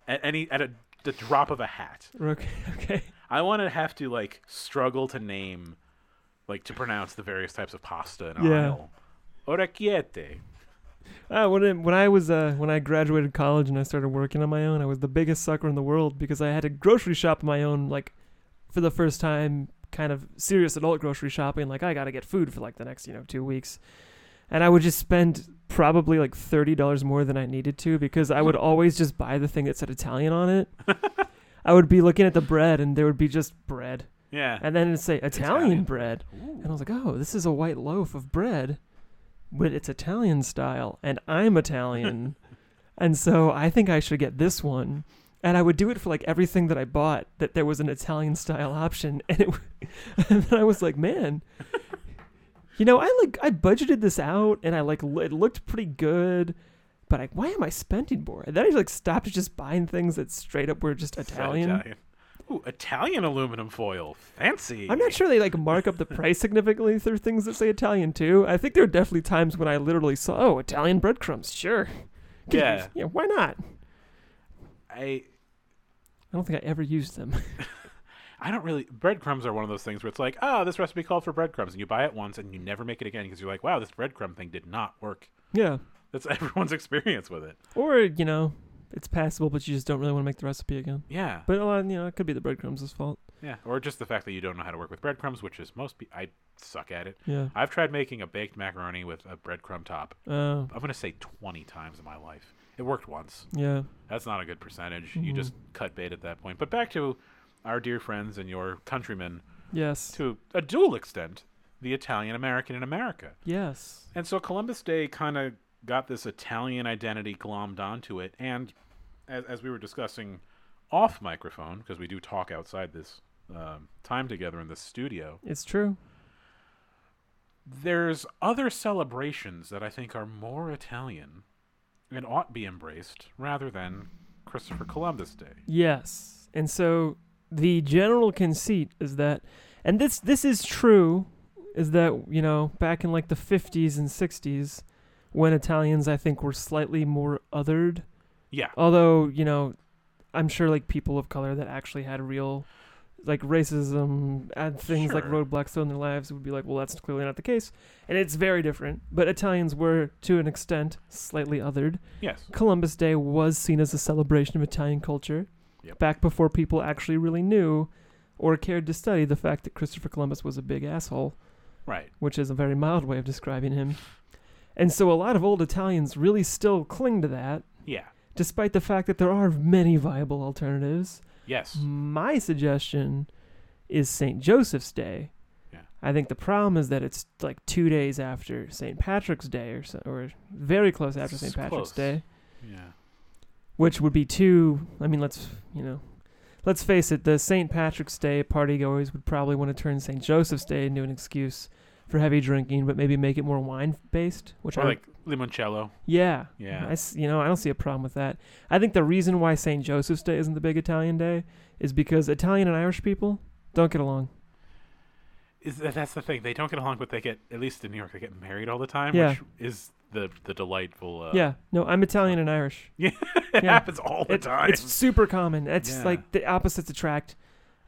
Speaker 1: at any at a the drop of a hat.
Speaker 2: Okay. Okay.
Speaker 1: I want to have to like struggle to name like to pronounce the various types of pasta and
Speaker 2: Yeah.
Speaker 1: aisle. Orecchiette.
Speaker 2: Uh, when, I, when I was uh, when I graduated college and I started working on my own, I was the biggest sucker in the world because I had to grocery shop on my own, like for the first time, kind of serious adult grocery shopping. Like I gotta get food for like the next you know two weeks, and I would just spend probably like thirty dollars more than I needed to because I would always just buy the thing that said Italian on it. I would be looking at the bread and there would be just bread,
Speaker 1: Yeah.
Speaker 2: and then it'd say
Speaker 1: Italian.
Speaker 2: Italian bread, and I was like, oh, this is a white loaf of bread, but it's Italian style, and I'm Italian. And so I think I should get this one. And I would do it for like everything that I bought that there was an Italian style option. [LAUGHS] And it, w- and then I was like, man, you know, I like I budgeted this out and I like l- it looked pretty good. But like, why am I spending more? And then I like stopped just buying things that straight up were just Italian.
Speaker 1: Italian. Ooh, Italian aluminum foil. Fancy.
Speaker 2: I'm not sure they like mark up the price significantly through things that say Italian too. I think there are definitely times when I literally saw, oh, Italian breadcrumbs, sure. [LAUGHS] Could
Speaker 1: Yeah.
Speaker 2: use- yeah, why not?
Speaker 1: I
Speaker 2: I don't think I ever used them. [LAUGHS]
Speaker 1: I don't really. Breadcrumbs are one of those things where it's like, oh, this recipe called for breadcrumbs, and you buy it once and you never make it again because you're like, wow, this breadcrumb thing did not work.
Speaker 2: yeah.
Speaker 1: That's [LAUGHS] everyone's experience with it.
Speaker 2: Or, you know, it's passable, but you just don't really want to make the recipe again.
Speaker 1: Yeah,
Speaker 2: But, a lot, you know, it could be the breadcrumbs' fault.
Speaker 1: yeah. Or just the fact that you don't know how to work with breadcrumbs, which is most. Pe- I suck at it.
Speaker 2: Yeah.
Speaker 1: I've tried making a baked macaroni with a breadcrumb top.
Speaker 2: Oh,
Speaker 1: I'm gonna say 20 times in my life. It worked once.
Speaker 2: yeah.
Speaker 1: That's not a good percentage. You just cut bait at that point. But back to our dear friends and your countrymen,
Speaker 2: Yes.
Speaker 1: to a dual extent, the Italian American in America.
Speaker 2: Yes.
Speaker 1: And so Columbus Day kind of got this Italian identity glommed onto it. And as, as we were discussing off microphone, because we do talk outside this um, time together in the studio,
Speaker 2: It's true.
Speaker 1: there's other celebrations that I think are more Italian and ought be embraced rather than Christopher Columbus Day.
Speaker 2: Yes. And so the general conceit is that and this this is true is that, you know, back in like the 50s and 60s when Italians I think were slightly more othered,
Speaker 1: Yeah.
Speaker 2: although, you know, I'm sure like people of color that actually had real like racism and things like
Speaker 1: Sure.
Speaker 2: roadblocks thrown in their lives would be like, well, that's clearly not the case. And it's very different. But Italians were, to an extent, slightly othered.
Speaker 1: Yes.
Speaker 2: Columbus Day was seen as a celebration of Italian culture
Speaker 1: Yep.
Speaker 2: back before people actually really knew or cared to study the fact that Christopher Columbus was a big asshole,
Speaker 1: Right.
Speaker 2: which is a very mild way of describing him. And so a lot of old Italians really still cling to that,
Speaker 1: Yeah.
Speaker 2: despite the fact that there are many viable alternatives.
Speaker 1: Yes.
Speaker 2: My suggestion is St. Joseph's Day.
Speaker 1: Yeah.
Speaker 2: I think the problem is that it's like two days after St. Patrick's Day, or so, or very close after
Speaker 1: It's
Speaker 2: St. Patrick's
Speaker 1: close.
Speaker 2: Day
Speaker 1: Yeah.
Speaker 2: which would be too. I mean, let's you know, let's face it. The St. Patrick's Day partygoers would probably want to turn St. Joseph's Day into an excuse for heavy drinking, but maybe make it more wine based. Which
Speaker 1: Or
Speaker 2: I
Speaker 1: like limoncello.
Speaker 2: yeah
Speaker 1: Yeah.
Speaker 2: I s- you know I don't see a problem with that. I think the reason why St. Joseph's Day isn't the big Italian day is because Italian and Irish people don't get along.
Speaker 1: Is that, that's the thing. They don't get along, but they get at least in New York they get married all the time,
Speaker 2: Yeah.
Speaker 1: which is the the delightful. Uh,
Speaker 2: yeah, no, I'm Italian and Irish.
Speaker 1: [LAUGHS] It
Speaker 2: yeah.
Speaker 1: happens all the
Speaker 2: It-
Speaker 1: time.
Speaker 2: It's super common. It's
Speaker 1: Yeah.
Speaker 2: like the opposites attract,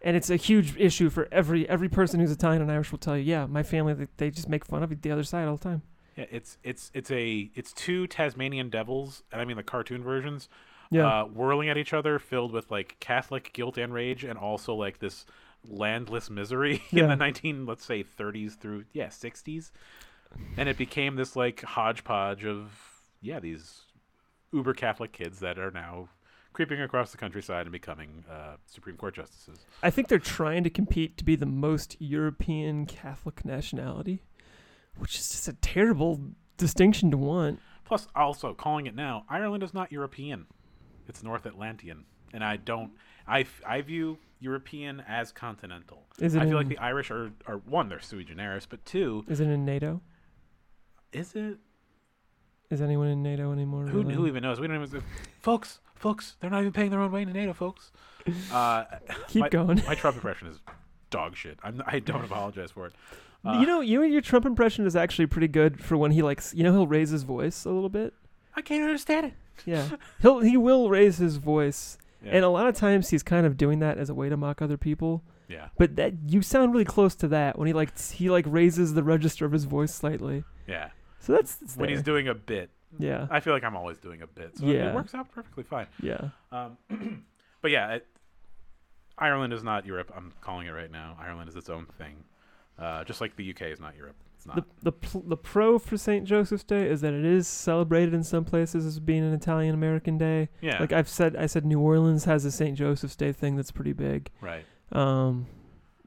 Speaker 2: and it's a huge issue for every every person who's Italian and Irish will tell you. Yeah, my family they, they just make fun of the other side all the time.
Speaker 1: yeah, it's it's it's a it's two Tasmanian devils, and I mean the cartoon versions,
Speaker 2: Yeah,
Speaker 1: uh, whirling at each other, filled with like Catholic guilt and rage, and also like this landless misery [LAUGHS] in
Speaker 2: Yeah.
Speaker 1: the nineteen let's say thirties through yeah sixties, and it became this like hodgepodge of yeah these uber Catholic kids that are now creeping across the countryside and becoming uh, Supreme Court justices.
Speaker 2: I think they're trying to compete to be the most European Catholic nationality, which is just a terrible distinction to want.
Speaker 1: Plus, also calling it now, Ireland is not European; it's North Atlantean, and I don't. I, f- I view European as continental.
Speaker 2: Is it
Speaker 1: I feel
Speaker 2: in-
Speaker 1: like the Irish are, are one, they're sui generis, but two,
Speaker 2: Is it in NATO?
Speaker 1: is it
Speaker 2: Is anyone in NATO anymore?
Speaker 1: who
Speaker 2: really?
Speaker 1: who even knows? We don't even. folks, folks, they're not even paying their own way to NATO, folks. Uh,
Speaker 2: Keep
Speaker 1: my,
Speaker 2: going.
Speaker 1: my Trump impression is dog shit. I'm, I
Speaker 2: [LAUGHS]
Speaker 1: don't apologize for it. Uh,
Speaker 2: you know, you know, your Trump impression is actually pretty good for when he likes. You know, he'll raise his voice a little bit.
Speaker 1: I can't understand it. [LAUGHS]
Speaker 2: Yeah, he'll he will raise his voice
Speaker 1: Yeah.
Speaker 2: And a lot of times he's kind of doing that as a way to mock other people.
Speaker 1: yeah,
Speaker 2: But that you sound really close to that when he like s- he like raises the register of his voice slightly.
Speaker 1: yeah.
Speaker 2: So that's it's
Speaker 1: When he's
Speaker 2: there.
Speaker 1: doing a bit,
Speaker 2: yeah
Speaker 1: I feel like I'm always doing a bit, so
Speaker 2: Yeah.
Speaker 1: it works out perfectly fine.
Speaker 2: yeah
Speaker 1: Um, [CLEARS THROAT] but yeah, it, Ireland is not Europe. I'm calling it right now. Ireland is its own thing, uh, just like the UK is not Europe. It's not.
Speaker 2: the the pl- the pro for St Joseph's Day is that it is celebrated in some places as being an Italian American day.
Speaker 1: yeah,
Speaker 2: Like I've said, I said New Orleans has a St Joseph's Day thing that's pretty big.
Speaker 1: right.
Speaker 2: Um,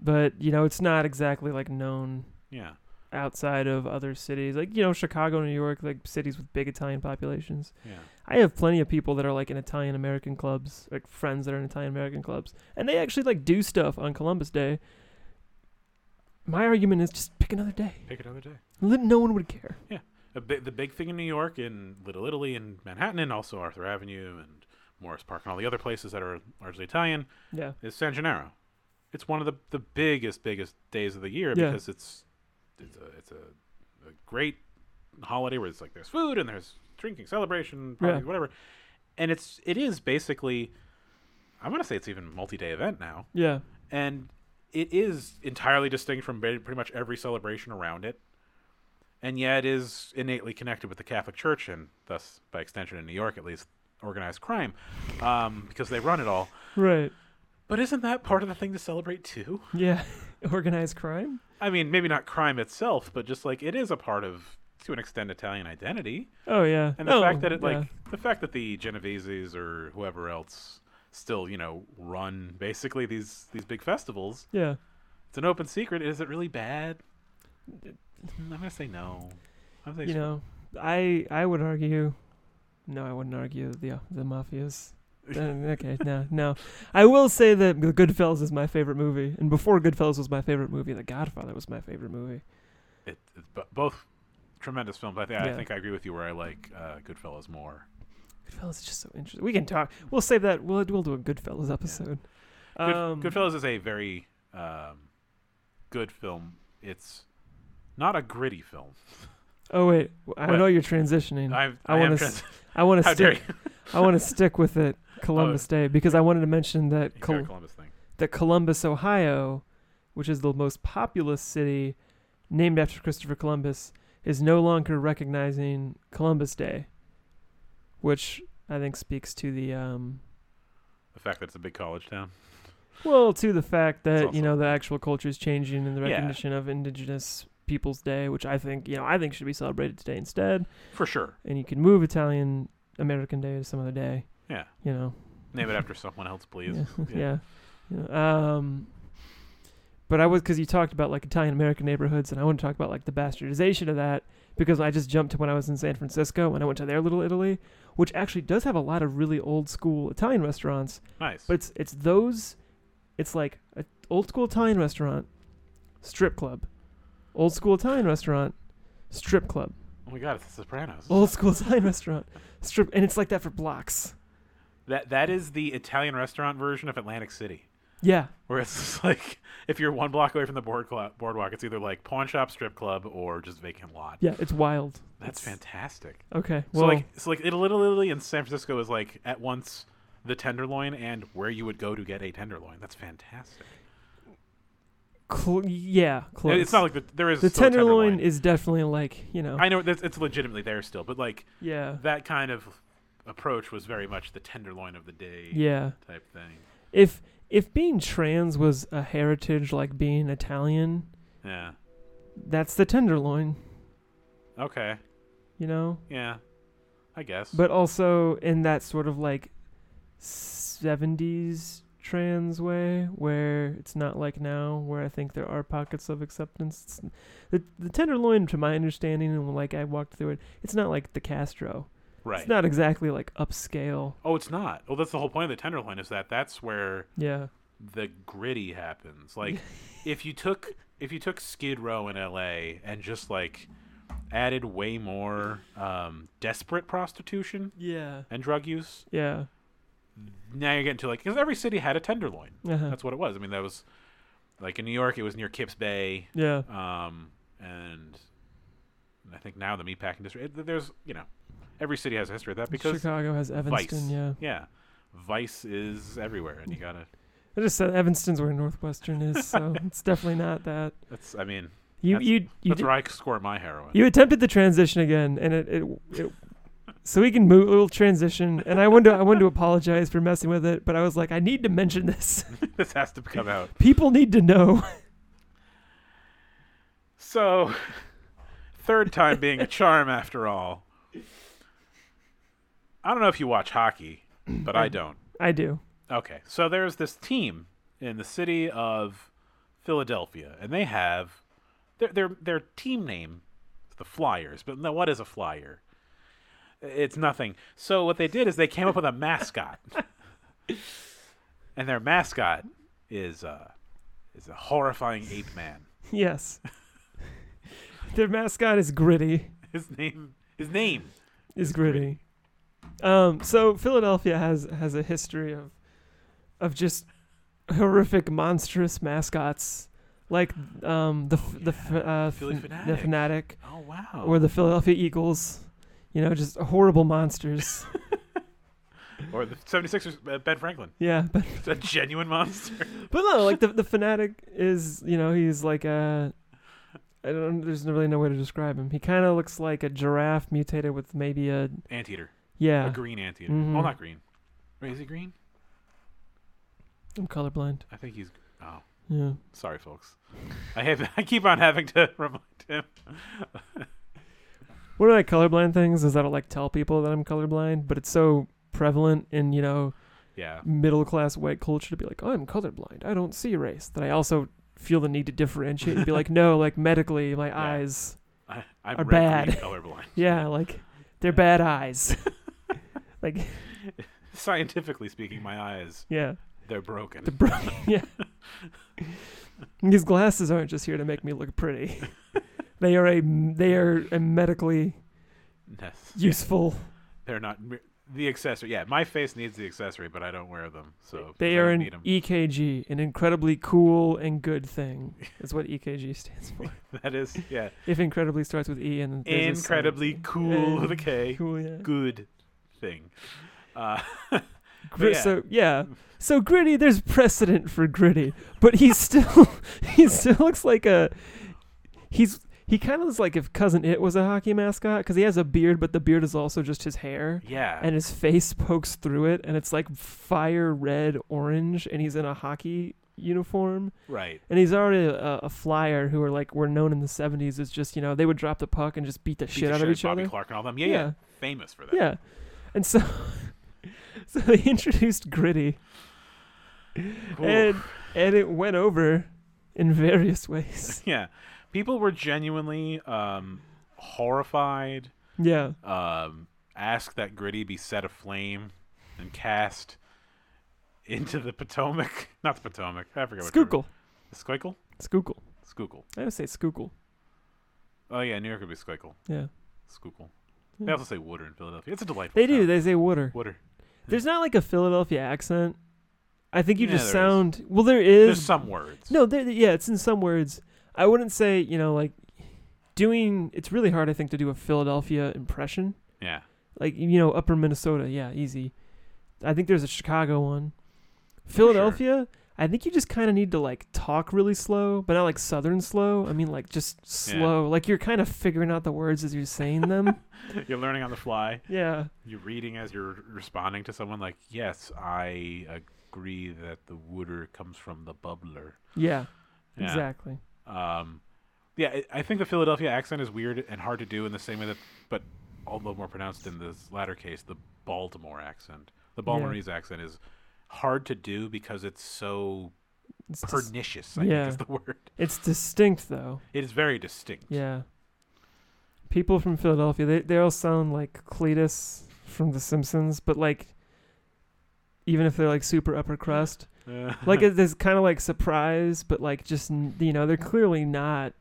Speaker 2: but you know it's not exactly like known
Speaker 1: Yeah,
Speaker 2: outside of other cities, like you know Chicago, New York, like cities with big Italian populations.
Speaker 1: Yeah.
Speaker 2: I have plenty of people that are like in Italian American clubs, like friends that are in Italian American clubs, and they actually like do stuff on Columbus Day. My argument is just pick another day.
Speaker 1: Pick another day.
Speaker 2: Li- No one would care.
Speaker 1: A bi- the big thing in New York and Little Italy and Manhattan and also Arthur Avenue and Morris Park and all the other places that are largely Italian
Speaker 2: Yeah,
Speaker 1: is San Gennaro. It's one of the, the biggest, biggest days of the year
Speaker 2: Yeah.
Speaker 1: because it's it's a it's a, a great holiday where it's like there's food and there's drinking, celebration,
Speaker 2: Yeah.
Speaker 1: parties, whatever. And it's it is basically I want to say it's even a multi-day event now,
Speaker 2: yeah,
Speaker 1: and it is entirely distinct from ba- pretty much every celebration around it. And yet it is innately connected with the Catholic Church and thus by extension in New York at least organized crime um, because they run it all.
Speaker 2: right.
Speaker 1: But isn't that part of the thing to celebrate too?
Speaker 2: Yeah, [LAUGHS] organized crime.
Speaker 1: I mean, maybe not crime itself, but just like it is a part of, to an extent, Italian identity.
Speaker 2: Oh yeah,
Speaker 1: And the
Speaker 2: Oh,
Speaker 1: fact that it, like,
Speaker 2: yeah.
Speaker 1: the fact that the Genoveses or whoever else still, you know, run basically these these big festivals.
Speaker 2: yeah,
Speaker 1: It's an open secret. Is it really bad? Mm, I'm gonna say no. I'm gonna say
Speaker 2: you know, I I would argue. No, I wouldn't argue the the mafias. Uh, okay, no, no. I will say that The Goodfellas is my favorite movie, and before Goodfellas was my favorite movie, The Godfather was my favorite movie.
Speaker 1: it, it's bo- both tremendous films. I, th- I
Speaker 2: Yeah.
Speaker 1: think I agree with you where I like uh, Goodfellas more.
Speaker 2: Goodfellas is just so interesting. We can talk. We'll save that. We'll we'll do a Goodfellas episode.
Speaker 1: Good,
Speaker 2: um,
Speaker 1: Goodfellas is a very um, good film. It's not a gritty film.
Speaker 2: Oh wait, I
Speaker 1: What?
Speaker 2: know you're transitioning.
Speaker 1: I've,
Speaker 2: I
Speaker 1: I, am
Speaker 2: wanna
Speaker 1: trans-
Speaker 2: [LAUGHS] I
Speaker 1: [LAUGHS]
Speaker 2: want
Speaker 1: How
Speaker 2: to
Speaker 1: dare
Speaker 2: stick.
Speaker 1: you? Oh.
Speaker 2: I want to stick
Speaker 1: [LAUGHS]
Speaker 2: with it, Columbus Day, because I wanted to mention that
Speaker 1: You got a
Speaker 2: Col-
Speaker 1: Columbus thing.
Speaker 2: that Columbus, Ohio, which is the most populous city named after Christopher Columbus, is no longer recognizing Columbus Day, which I think speaks to the um,
Speaker 1: The fact that it's a big college town.
Speaker 2: well, to the fact that you
Speaker 1: also-
Speaker 2: know the actual culture is changing and the
Speaker 1: Yeah.
Speaker 2: recognition of Indigenous Peoples Day, which I think you know I think should be celebrated today instead,
Speaker 1: For sure.
Speaker 2: and you can move Italian American Day to some other day.
Speaker 1: Yeah.
Speaker 2: You know,
Speaker 1: Name it after someone else, please.
Speaker 2: Yeah. yeah. [LAUGHS] Yeah. Um, but I was because you talked about like Italian American neighborhoods, and I want to talk about like the bastardization of that because I just jumped to when I was in San Francisco and I went to their Little Italy, which actually does have a lot of really old school Italian restaurants.
Speaker 1: Nice.
Speaker 2: But it's it's those, it's like an old school Italian restaurant, strip club, old school Italian restaurant, strip club,
Speaker 1: oh my God, it's The Sopranos.
Speaker 2: old school [LAUGHS] Italian restaurant, strip, and it's like that for blocks.
Speaker 1: that that is the Italian restaurant version of Atlantic City,
Speaker 2: Yeah,
Speaker 1: where it's [LAUGHS] just like if you're one block away from the board cla- boardwalk, it's either like pawn shop, strip club, or just vacant lot.
Speaker 2: yeah, it's wild.
Speaker 1: That's
Speaker 2: It's-
Speaker 1: fantastic.
Speaker 2: Okay,
Speaker 1: So
Speaker 2: well,
Speaker 1: like, so like it literally in San Francisco is like at once the tenderloin and where you would go to get a tenderloin. That's fantastic.
Speaker 2: Cl- yeah, close.
Speaker 1: It's not like the, there is
Speaker 2: the
Speaker 1: still a
Speaker 2: tenderloin, is definitely like you know.
Speaker 1: I know that's, it's legitimately there still, but like
Speaker 2: yeah,
Speaker 1: that kind of approach was very much the tenderloin of the day
Speaker 2: yeah.
Speaker 1: type thing.
Speaker 2: If if being trans was a heritage like being Italian,
Speaker 1: Yeah.
Speaker 2: that's the tenderloin,
Speaker 1: Okay.
Speaker 2: you know.
Speaker 1: Yeah. I guess.
Speaker 2: But also in that sort of like seventies trans way, where it's not like now, where I think there are pockets of acceptance. It's, the the tenderloin, to my understanding, and like I walked through it, it's not like the Castro.
Speaker 1: right.
Speaker 2: It's not exactly like upscale.
Speaker 1: oh, it's not. Well, that's the whole point of the tenderloin is that that's where
Speaker 2: Yeah.
Speaker 1: the gritty happens. Like if you took if you took Skid Row in LA and just like added way more um, desperate prostitution
Speaker 2: [LAUGHS] Yeah.
Speaker 1: and drug use,
Speaker 2: Yeah.
Speaker 1: now you're getting to like because every city had a tenderloin.
Speaker 2: Uh-huh.
Speaker 1: That's what it was. I mean, that was like in New York, it was near Kips Bay,
Speaker 2: yeah.
Speaker 1: um, and I think now the meatpacking district. It, there's you know, every city has a history of that because
Speaker 2: Chicago has Evanston.
Speaker 1: Vice.
Speaker 2: Yeah,
Speaker 1: yeah, vice is everywhere, and you gotta.
Speaker 2: I just said Evanston's where Northwestern is,
Speaker 1: [LAUGHS]
Speaker 2: so it's definitely not that.
Speaker 1: That's I mean
Speaker 2: You
Speaker 1: That's-
Speaker 2: you you
Speaker 1: that's
Speaker 2: did,
Speaker 1: where I score my heroin.
Speaker 2: you attempted the transition again, and it it. it so we can move a little transition, and I wanted to, I wanted to apologize for messing with it, but I was like, I need to mention this.
Speaker 1: [LAUGHS]
Speaker 2: [LAUGHS]
Speaker 1: this has to come out.
Speaker 2: People need to know.
Speaker 1: So, [LAUGHS] third time being a charm after all. I don't know if you watch hockey, but I don't.
Speaker 2: I do.
Speaker 1: Okay. So there's this team in the city of Philadelphia, and they have their their their team name, is the Flyers. But no, what is a flyer? It's nothing. So what they did is they came up with a mascot, and their mascot is uh, is a horrifying ape man.
Speaker 2: Yes. Their mascot is Gritty.
Speaker 1: His name his name
Speaker 2: Is gritty. Um, so Philadelphia has has a history of of just horrific, monstrous mascots like um, the f the f- uh,
Speaker 1: Philly
Speaker 2: f- the
Speaker 1: Fanatic.
Speaker 2: Fanatic
Speaker 1: Oh wow.
Speaker 2: or the Philadelphia Eagles. You know, just horrible [LAUGHS] monsters.
Speaker 1: Or the 76ers uh, Ben Franklin. [LAUGHS]
Speaker 2: yeah, but
Speaker 1: It's a genuine monster. [LAUGHS]
Speaker 2: But no, like the the fanatic is, you know, he's like a. I don't. There's really no way to describe him. He kind of looks like a giraffe mutated with maybe a
Speaker 1: anteater. A
Speaker 2: yeah.
Speaker 1: green anteater.
Speaker 2: Mhm.
Speaker 1: Well, not green. Wait, is he green?
Speaker 2: I'm colorblind.
Speaker 1: I think he's Oh,
Speaker 2: Yeah.
Speaker 1: sorry folks. I have [LAUGHS] I keep on having to [LAUGHS] remind him.
Speaker 2: One of my colorblind things is I don't like tell people that I'm colorblind, but it's so prevalent in you know
Speaker 1: Yeah.
Speaker 2: middle class white culture to be like, oh, I'm colorblind. I don't see race. That I also feel the need to differentiate and be [LAUGHS] like, no, like medically, my eyes.
Speaker 1: I, I'm
Speaker 2: Are
Speaker 1: red green
Speaker 2: bad.
Speaker 1: colorblind. [LAUGHS]
Speaker 2: Yeah, like they're bad eyes. [LAUGHS] like
Speaker 1: Scientifically speaking, my eyes
Speaker 2: yeah.
Speaker 1: they're broken.
Speaker 2: The bro- yeah. These glasses aren't just here to make me
Speaker 1: [LAUGHS]
Speaker 2: look pretty. they are a they are a medically
Speaker 1: [LAUGHS] Yes.
Speaker 2: useful.
Speaker 1: They're not mer- the accessory. Yeah, my face needs the accessory, but I don't wear them. So
Speaker 2: They
Speaker 1: I
Speaker 2: are
Speaker 1: don't
Speaker 2: an e
Speaker 1: need 'em.
Speaker 2: EKG, an incredibly cool and good thing. Is what EKG stands for.
Speaker 1: [LAUGHS] that is yeah,
Speaker 2: If incredibly starts with E and there's a
Speaker 1: incredibly
Speaker 2: silent-
Speaker 1: cool
Speaker 2: And
Speaker 1: with a K.
Speaker 2: cool, yeah.
Speaker 1: Good thing. Uh, [LAUGHS]
Speaker 2: Gri-
Speaker 1: yeah.
Speaker 2: So yeah, so gritty. There's precedent for gritty, but he's still [LAUGHS] he still looks like a he's he kind of looks like if cousin it was a hockey mascot because he has a beard, but the beard is also just his hair.
Speaker 1: yeah.
Speaker 2: And his face pokes through it, and it's like fire red orange, and he's in a hockey uniform,
Speaker 1: right.
Speaker 2: and he's already a, a flyer who are like were known in the '70s as just you know they would drop the puck and just beat the
Speaker 1: Beat
Speaker 2: shit
Speaker 1: the
Speaker 2: out of each
Speaker 1: Bobby
Speaker 2: other.
Speaker 1: Clark and all them. Yeah, yeah.
Speaker 2: Yeah.
Speaker 1: Famous for that.
Speaker 2: Yeah. And so [LAUGHS] so they introduced Gritty
Speaker 1: Cool.
Speaker 2: and and it went over in various
Speaker 1: [LAUGHS]
Speaker 2: ways.
Speaker 1: yeah. People were genuinely um, horrified.
Speaker 2: Yeah.
Speaker 1: Um, asked that Gritty be set aflame and cast into the Potomac. [LAUGHS] Not the Potomac. I forget what.
Speaker 2: Skookle.
Speaker 1: Schuylkill.
Speaker 2: Skookle.
Speaker 1: Schuylkill.
Speaker 2: I would say Skookle.
Speaker 1: Oh yeah, New York would be Schuylkill.
Speaker 2: Yeah.
Speaker 1: Schuylkill. They
Speaker 2: Yeah.
Speaker 1: also say Wooder in Philadelphia. It's a delightful.
Speaker 2: They do.
Speaker 1: town.
Speaker 2: They say water.
Speaker 1: Wooder.
Speaker 2: There's not like a Philadelphia accent. I think you
Speaker 1: Yeah,
Speaker 2: just
Speaker 1: there is.
Speaker 2: sound well there
Speaker 1: There's
Speaker 2: is
Speaker 1: some words.
Speaker 2: No, there yeah, it's in some words. I wouldn't say, you know, like doing it's really hard I think to do a Philadelphia impression.
Speaker 1: Yeah. [LAUGHS]
Speaker 2: like you know upper minnesota yeah easy i think there's a chicago one philadelphia i think you just kind of need to like talk really slow but not like southern slow i mean like just slow like you're kind of figuring out the words as you're saying them
Speaker 1: You're learning on the fly.
Speaker 2: yeah
Speaker 1: You're reading as you're responding to someone like, "Yes, I agree that the Wooder comes from the bubbler."
Speaker 2: yeah
Speaker 1: Yeah.
Speaker 2: exactly
Speaker 1: Um, yeah, I- I think the Philadelphia accent is weird and hard to do in the same way that, but although more pronounced in this latter case, the Baltimore accent, the Baltimorese accent is hard to do because it's so
Speaker 2: it's, dis-
Speaker 1: pernicious. I think
Speaker 2: yeah.
Speaker 1: is the [LAUGHS] word.
Speaker 2: it's distinct though
Speaker 1: It is very distinct.
Speaker 2: yeah people from philadelphia they, they all sound like cletus from the simpsons but like even if they're like super upper crust
Speaker 1: Uh, [LAUGHS]
Speaker 2: like it is kind of like surprise, but like just n- you know they're clearly not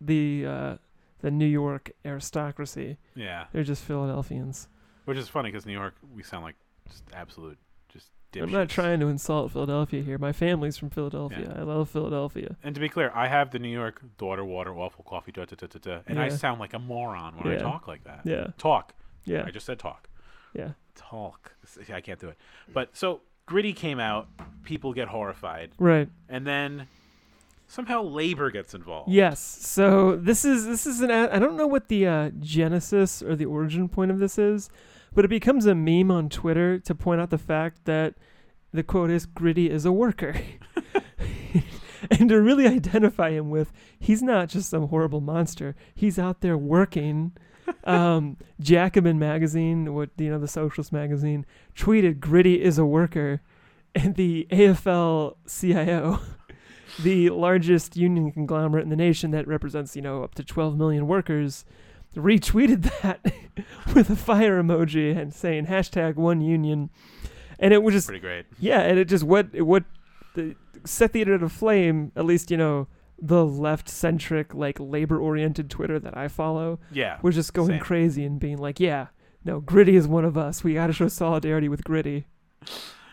Speaker 2: the uh, the New York aristocracy.
Speaker 1: yeah,
Speaker 2: They're just Philadelphians.
Speaker 1: which is funny because New York, we sound like just absolute, just. Dipshits.
Speaker 2: I'm not trying to insult Philadelphia here. My family's from Philadelphia. I love Philadelphia.
Speaker 1: And to be clear, I have the New York daughter, water, waffle, coffee, da da da da, da and I
Speaker 2: Yeah.
Speaker 1: sound like a moron when I
Speaker 2: Yeah.
Speaker 1: talk like that.
Speaker 2: Yeah,
Speaker 1: Talk.
Speaker 2: yeah,
Speaker 1: I just said talk.
Speaker 2: yeah,
Speaker 1: Talk. See, I can't do it. But so Gritty came out. People get horrified,
Speaker 2: right.
Speaker 1: and then somehow labor gets involved.
Speaker 2: Yes. So this is this is an ad- I don't know what the uh, genesis or the origin point of this is, but it becomes a meme on Twitter to point out the fact that the quote is gritty is a worker. [LAUGHS] and to really identify him with he's not just some horrible monster. He's out there working. um Jacobin magazine, what you know the socialist magazine, tweeted gritty is a worker and the AFL CIO [LAUGHS] the largest union conglomerate in the nation that represents, you know, up to 12 million workers, retweeted that [LAUGHS] with a fire emoji and saying hashtag one union. And it was just,
Speaker 1: Pretty great.
Speaker 2: yeah, and it just what it what the, set the internet aflame. At least you know the left centric, like labor oriented Twitter that I follow
Speaker 1: Yeah.
Speaker 2: was just going
Speaker 1: Same.
Speaker 2: crazy and being like, yeah, no, Gritty is one of us. We got to show solidarity with Gritty.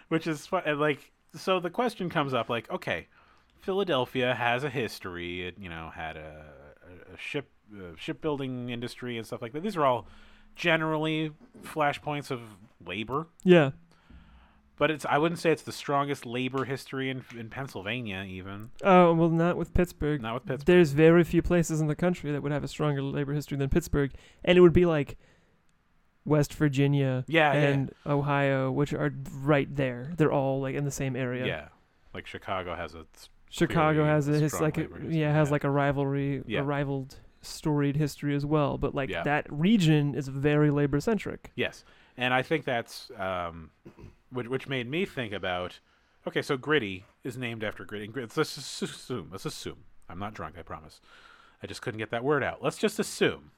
Speaker 1: which is fu- and, like so the question comes up like okay philadelphia has a history it you know had a, a- a ship uh, shipbuilding industry and stuff like that these are all generally flashpoints of labor
Speaker 2: Yeah,
Speaker 1: but it's i wouldn't say it's the strongest labor history in, in pennsylvania even
Speaker 2: oh well, not with Pittsburgh.
Speaker 1: not with pittsburgh
Speaker 2: There's very few places in the country that would have a stronger labor history than Pittsburgh, and it would be like West Virginia
Speaker 1: yeah yeah,
Speaker 2: and Ohio, which are right there. They're all like in the same
Speaker 1: yeah
Speaker 2: area.
Speaker 1: yeah like chicago has a
Speaker 2: Chicago
Speaker 1: Clearly
Speaker 2: has a his
Speaker 1: strong
Speaker 2: like a,
Speaker 1: labor history,
Speaker 2: yeah has
Speaker 1: yeah.
Speaker 2: like a rivalry
Speaker 1: Yeah.
Speaker 2: a rivaled storied history as well, but like
Speaker 1: Yeah.
Speaker 2: that region is very labor centric.
Speaker 1: Yes, and I think that's um, which, which made me think about. Okay, so Gritty is named after Gritty. and Grit- Let's just assume. Let's assume. I'm not drunk. I promise. I just couldn't get that word out. Let's just assume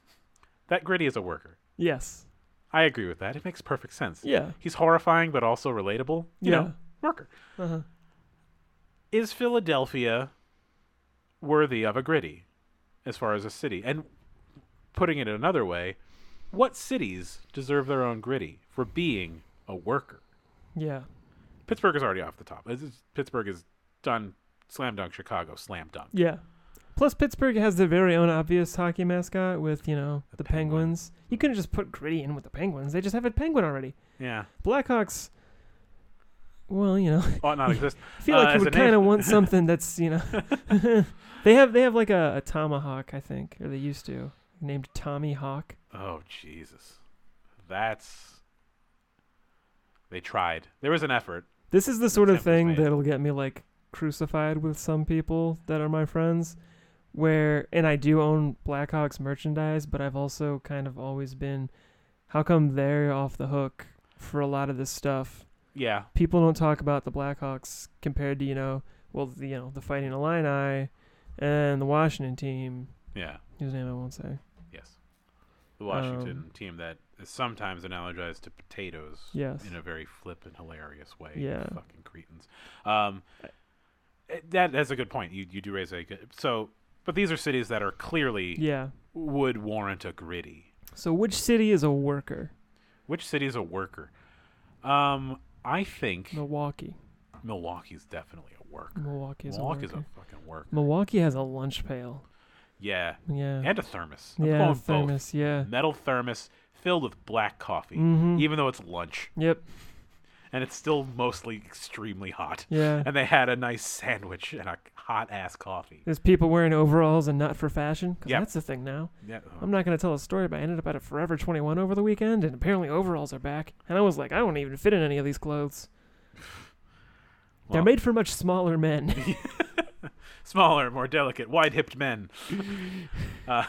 Speaker 1: that Gritty is a worker.
Speaker 2: Yes.
Speaker 1: I agree with that. It makes perfect sense.
Speaker 2: Yeah.
Speaker 1: He's horrifying, but also relatable. You know, worker.
Speaker 2: Uh-huh.
Speaker 1: Is Philadelphia worthy of a Gritty, as far as a city? And putting it another way, what cities deserve their own Gritty for being a worker?
Speaker 2: Yeah.
Speaker 1: Pittsburgh is already off the top. This is- Pittsburgh is done. Slam dunk. Chicago. Slam dunk.
Speaker 2: Yeah. Plus Pittsburgh has their very own obvious hockey mascot with, you know, the,
Speaker 1: penguin.
Speaker 2: penguins. You couldn't just put gritty in with the penguins. They just have a penguin already.
Speaker 1: Yeah.
Speaker 2: Blackhawks well, you know, [LAUGHS]
Speaker 1: Ought not exist.
Speaker 2: I feel
Speaker 1: Uh,
Speaker 2: like
Speaker 1: as
Speaker 2: you
Speaker 1: a
Speaker 2: would
Speaker 1: nation-
Speaker 2: kind of
Speaker 1: [LAUGHS]
Speaker 2: want something that's, you know, [LAUGHS] they have they have like a, a tomahawk, I think, or they used to, named Tommy Hawk.
Speaker 1: Oh Jesus. That's. They tried. There was an effort.
Speaker 2: This is the sort of
Speaker 1: Attempt was
Speaker 2: thing
Speaker 1: made.
Speaker 2: that'll get me like crucified with some people that are my friends. Where and I do own Blackhawks merchandise, but I've also kind of always been, how come they're off the hook for a lot of this stuff?
Speaker 1: Yeah.
Speaker 2: People don't talk about the Blackhawks compared to you know, well, the, you know, the Fighting Illini, and the Washington team,
Speaker 1: Yeah.
Speaker 2: whose name I won't say.
Speaker 1: Yes. The Washington team that is sometimes analogized to potatoes.
Speaker 2: Yes.
Speaker 1: In a very flip and hilarious way.
Speaker 2: Yeah.
Speaker 1: Fucking cretins. Um. eh, That that's a good point. You you do raise a good so. But these are cities that are clearly
Speaker 2: Yeah.
Speaker 1: would warrant a gritty.
Speaker 2: So which city is a worker?
Speaker 1: Which city is a worker? Um, I think
Speaker 2: Milwaukee.
Speaker 1: Milwaukee's definitely a worker.
Speaker 2: Milwaukee is
Speaker 1: Milwaukee
Speaker 2: a worker.
Speaker 1: fucking worker.
Speaker 2: Milwaukee has a lunch pail.
Speaker 1: yeah,
Speaker 2: Yeah.
Speaker 1: and a thermos. I'm
Speaker 2: yeah,
Speaker 1: going
Speaker 2: thermos. Yeah.
Speaker 1: both. Metal thermos filled with black coffee,
Speaker 2: Mhm.
Speaker 1: even though it's lunch
Speaker 2: Yep.
Speaker 1: and it's still mostly extremely hot.
Speaker 2: Yeah.
Speaker 1: And they had a nice sandwich and a hot ass coffee.
Speaker 2: There's people wearing overalls and not for fashion. 'cause
Speaker 1: Yep.
Speaker 2: that's the thing now.
Speaker 1: Yeah, uh,
Speaker 2: I'm not going to tell a story, but I ended up at a Forever 21 over the weekend, and apparently overalls are back. And I was like, I don't even fit in any of these clothes. They're
Speaker 1: Well.
Speaker 2: made for much smaller men.
Speaker 1: [LAUGHS] smaller, more delicate, wide-hipped
Speaker 2: [LAUGHS]
Speaker 1: men. uh,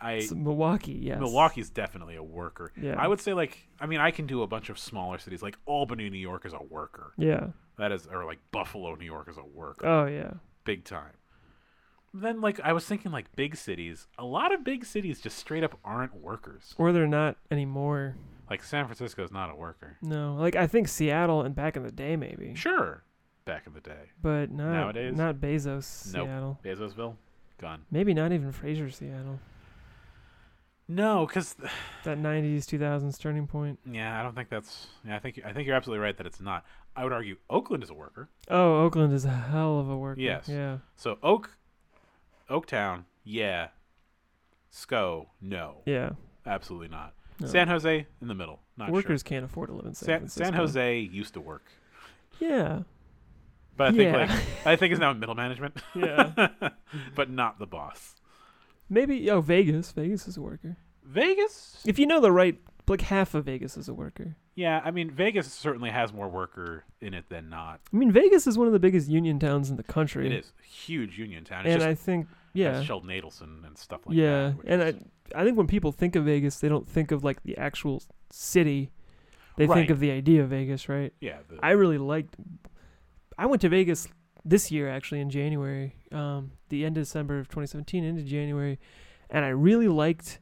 Speaker 1: I
Speaker 2: It's Milwaukee, yes.
Speaker 1: Milwaukee's definitely a worker.
Speaker 2: Yeah.
Speaker 1: I would say like I mean I can do a bunch of smaller cities like Albany, New York is a worker.
Speaker 2: Yeah.
Speaker 1: That is or like Buffalo, New York is a worker.
Speaker 2: Oh, yeah.
Speaker 1: Big time. Then like I was thinking like big cities, a lot of big cities just straight up aren't workers.
Speaker 2: Or they're not anymore.
Speaker 1: Like San Francisco is not a worker.
Speaker 2: No. Like, I think Seattle and back in the day, maybe.
Speaker 1: Sure. Back in the day.
Speaker 2: But not,
Speaker 1: Nowadays?
Speaker 2: not Bezos,
Speaker 1: Nope.
Speaker 2: Seattle.
Speaker 1: Bezosville gone.
Speaker 2: Maybe not even Fraser, Seattle.
Speaker 1: No, cuz
Speaker 2: That 90s, 2000s turning point.
Speaker 1: yeah, I don't think that's yeah, I think I think you're absolutely right that it's not. I would argue Oakland is a worker.
Speaker 2: Oh, Oakland is a hell of a worker.
Speaker 1: Yes.
Speaker 2: Yeah.
Speaker 1: So Oak Oaktown, yeah. SCO, no.
Speaker 2: Yeah.
Speaker 1: Absolutely not.
Speaker 2: No.
Speaker 1: San Jose in the middle. Not
Speaker 2: Workers can't afford to live in San,
Speaker 1: sure. San,
Speaker 2: Francisco.
Speaker 1: San Jose used to work, [LAUGHS]
Speaker 2: Yeah.
Speaker 1: but I think
Speaker 2: Yeah.
Speaker 1: like I think it's now in middle management, [LAUGHS]
Speaker 2: Yeah.
Speaker 1: but not the boss.
Speaker 2: Maybe oh Vegas. Vegas is a worker.
Speaker 1: Vegas?
Speaker 2: If you know the right like half of Vegas is a worker.
Speaker 1: Yeah, I mean Vegas certainly has more worker in it than not.
Speaker 2: I mean Vegas is one of the biggest union towns in the country.
Speaker 1: It is a huge union town. It's
Speaker 2: And
Speaker 1: just
Speaker 2: I think
Speaker 1: has
Speaker 2: yeah.
Speaker 1: Sheldon Adelson and stuff like
Speaker 2: yeah.
Speaker 1: that. which
Speaker 2: and
Speaker 1: is-
Speaker 2: I I think when people think of Vegas, they don't think of like the actual city. They
Speaker 1: Right.
Speaker 2: think of the idea of Vegas, right?
Speaker 1: yeah, the,
Speaker 2: I really liked I went to Vegas this year actually in January, um, the end of December of 2017 into January, and I really liked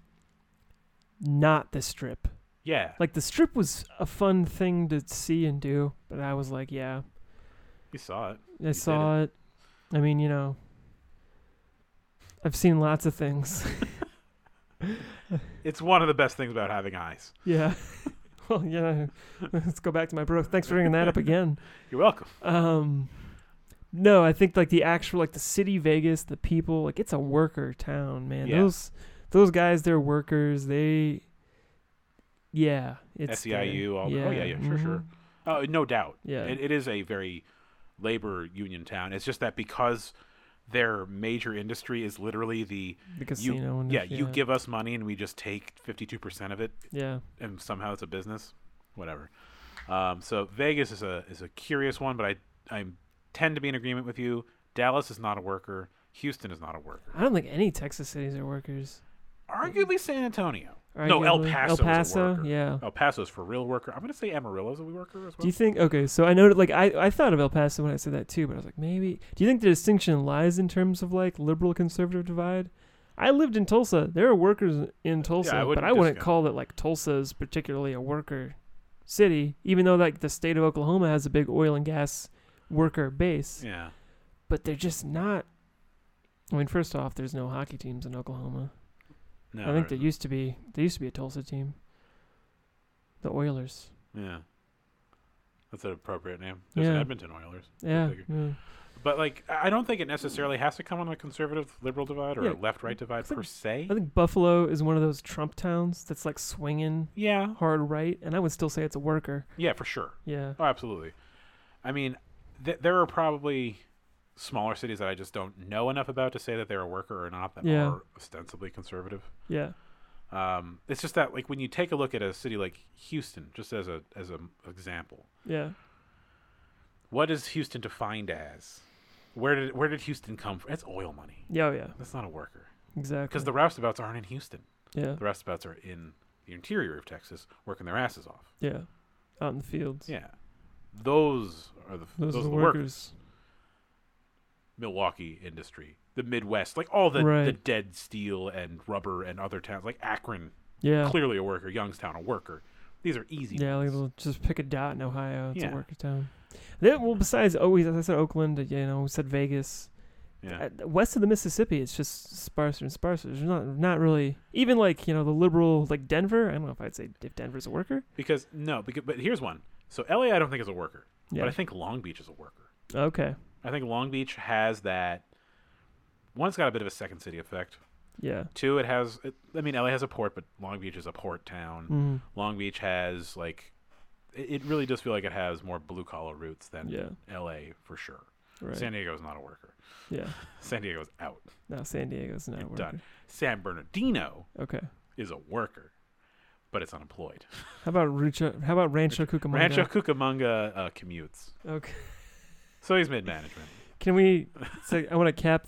Speaker 2: not the strip.
Speaker 1: Yeah.
Speaker 2: Like the strip was a fun thing to see and do, but I was like, yeah,
Speaker 1: You saw it.
Speaker 2: I saw it. I mean, you know, I've seen lots of things. [LAUGHS]
Speaker 1: It's one of the best things about having eyes.
Speaker 2: yeah. well, yeah. Let's go back to my bro. Thanks for bringing that up again.
Speaker 1: You're welcome.
Speaker 2: Um, no, I think like the actual like the city Vegas, the people like it's a worker town, man.
Speaker 1: Yeah.
Speaker 2: Those those guys, they're workers. They, yeah, it's there.
Speaker 1: SEIU, all oh yeah, yeah, sure, sure.
Speaker 2: mhm.
Speaker 1: Oh, no doubt.
Speaker 2: Yeah.
Speaker 1: It, it is a very labor union town. It's just that because their major industry is literally the
Speaker 2: The
Speaker 1: you,
Speaker 2: casino, and
Speaker 1: yeah,
Speaker 2: if-
Speaker 1: you give us money and we just take 52% of it
Speaker 2: yeah,
Speaker 1: and somehow it's a business, whatever. Um, so Vegas is a is a curious one, but I I tend to be in agreement with you. Dallas is not a worker. Houston is not a worker.
Speaker 2: I don't think any Texas cities are workers.
Speaker 1: Arguably San Antonio. No, El
Speaker 2: Arguably.
Speaker 1: Paso
Speaker 2: El
Speaker 1: is a
Speaker 2: Paso,
Speaker 1: worker.
Speaker 2: yeah.
Speaker 1: El Paso's for real worker. I'm gonna say Amarillo's a worker as well.
Speaker 2: Do you think? Okay, so I noted like I I thought of El Paso when I said that too, but I was like maybe. Do you think the distinction lies in terms of like liberal conservative divide? I lived in Tulsa. There are workers in Tulsa,
Speaker 1: I
Speaker 2: but
Speaker 1: wouldn't
Speaker 2: I wouldn't
Speaker 1: discount-
Speaker 2: call it like Tulsa is particularly a worker city, even though like the state of Oklahoma has a big oil and gas worker base.
Speaker 1: yeah.
Speaker 2: But they're just not. I mean, first off, there's no hockey teams in Oklahoma.
Speaker 1: No.
Speaker 2: I think there
Speaker 1: there-
Speaker 2: used to be. There used to be a Tulsa team. The Oilers.
Speaker 1: Yeah. That's an appropriate name. There's an
Speaker 2: Yeah.
Speaker 1: Edmonton Oilers.
Speaker 2: Yeah.
Speaker 1: figure.
Speaker 2: yeah.
Speaker 1: But like I I don't think it necessarily has to come on a conservative liberal divide or
Speaker 2: Yeah.
Speaker 1: a left right divide
Speaker 2: think-
Speaker 1: per se.
Speaker 2: I think Buffalo is one of those Trump towns that's like swinging
Speaker 1: Yeah.
Speaker 2: hard right, and I would still say it's a worker.
Speaker 1: Yeah, for sure.
Speaker 2: Yeah.
Speaker 1: Oh, absolutely. I mean, th- there are probably smaller cities that I just don't know enough about to say that they're a worker or not that
Speaker 2: Yeah.
Speaker 1: are ostensibly conservative.
Speaker 2: Yeah.
Speaker 1: Um, it's just that, like, when you take a look at a city like Houston, just as a as an example,
Speaker 2: Yeah.
Speaker 1: what is Houston defined as? Where did where did Houston come from? It's oil money.
Speaker 2: Yeah. oh, Yeah.
Speaker 1: That's not a worker
Speaker 2: Exactly.
Speaker 1: because the roustabouts aren't in Houston.
Speaker 2: yeah.
Speaker 1: The roustabouts are in the interior of Texas, working their asses off.
Speaker 2: Yeah. Out in the fields.
Speaker 1: Yeah, those are the
Speaker 2: Those, are the
Speaker 1: workers.
Speaker 2: workers.
Speaker 1: Milwaukee industry, the Midwest, like all the, the
Speaker 2: Right.
Speaker 1: dead steel and rubber and other towns, like Akron,
Speaker 2: Yeah.
Speaker 1: clearly a worker, Youngstown, a worker. These are easy.
Speaker 2: Yeah. Like
Speaker 1: ones.
Speaker 2: they'll just pick a dot in Ohio. It's
Speaker 1: Yeah.
Speaker 2: a worker town. Then, well, besides always, as I said, Oakland. uh, You know, we said Vegas.
Speaker 1: yeah.
Speaker 2: Uh, west of the Mississippi, it's just sparser and sparser. There's not not really even like you know the liberal like Denver. I don't know if I'd say if Denver's a worker.
Speaker 1: Because no, because, but here's one. So LA, I don't think is a worker,
Speaker 2: Yeah.
Speaker 1: but I think Long Beach is a worker.
Speaker 2: okay.
Speaker 1: I think Long Beach has that. One, it's got a bit of a second city effect.
Speaker 2: Yeah.
Speaker 1: Two, it has. It, I mean, LA has a port, but Long Beach is a port town.
Speaker 2: Mm.
Speaker 1: Long Beach has like, it, it really does feel like it has more blue collar roots than
Speaker 2: Yeah.
Speaker 1: LA for sure.
Speaker 2: Right.
Speaker 1: San Diego's not a worker.
Speaker 2: yeah.
Speaker 1: San Diego's out.
Speaker 2: No, San Diego's not
Speaker 1: You're
Speaker 2: working.
Speaker 1: done. San Bernardino
Speaker 2: Okay.
Speaker 1: is a worker, but it's unemployed.
Speaker 2: How about Rancho? How about Rancho Cucamonga?
Speaker 1: Rancho Cucamonga uh, commutes,
Speaker 2: Okay.
Speaker 1: so he's mid management.
Speaker 2: Can we? So I want to cap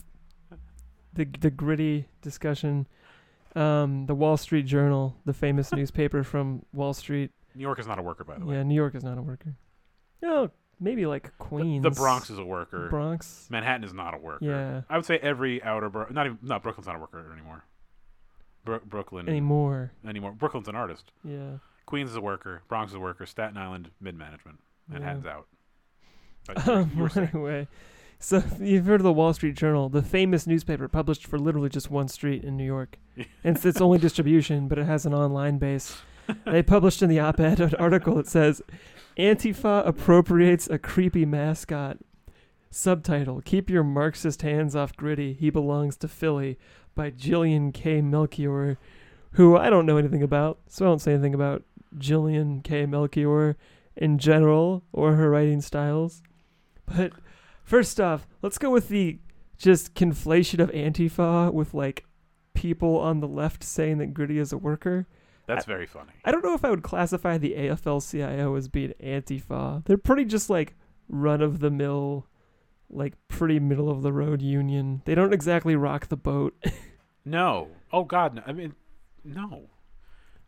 Speaker 2: the the gritty discussion. Um, the Wall Street Journal,
Speaker 1: [LAUGHS]
Speaker 2: the famous newspaper from Wall Street.
Speaker 1: New York is not a worker, by the way.
Speaker 2: Yeah, New York is not a worker. No, maybe like
Speaker 1: The-
Speaker 2: Queens.
Speaker 1: The Bronx is a worker.
Speaker 2: Bronx.
Speaker 1: Manhattan is not a worker.
Speaker 2: Yeah.
Speaker 1: I would say every outer borough, not even not Brooklyn's not a worker anymore. Bro- Brooklyn
Speaker 2: Anymore.
Speaker 1: anymore. Brooklyn's an artist.
Speaker 2: Yeah.
Speaker 1: Queens is a worker. Bronx is a worker. Staten Island mid management.
Speaker 2: Yeah.
Speaker 1: Manhattan's out.
Speaker 2: [LAUGHS]
Speaker 1: But you were-
Speaker 2: Um,
Speaker 1: you were saying-
Speaker 2: anyway, so you've heard of the Wall Street Journal, the famous newspaper published for literally just one street in
Speaker 1: [LAUGHS]
Speaker 2: New York. And it's its only distribution, but it has an
Speaker 1: [LAUGHS]
Speaker 2: online base. They published in the op-ed an article that says, "Antifa appropriates a creepy mascot." Subtitle: Keep your Marxist hands off Gritty. He belongs to Philly, by Jillian K. Melchior, who I don't know anything about, so I don't say anything about Jillian K. Melchior in general or her writing styles. But first off, let's go with the just conflation of Antifa with like people on the left saying that Gritty is a worker.
Speaker 1: That's very funny.
Speaker 2: I don't know if I would classify the AFL CIO as being Antifa. They're pretty just like run of the mill, like pretty middle of the road union. They don't exactly rock the boat. [LAUGHS]
Speaker 1: No. Oh God. No. I mean, no.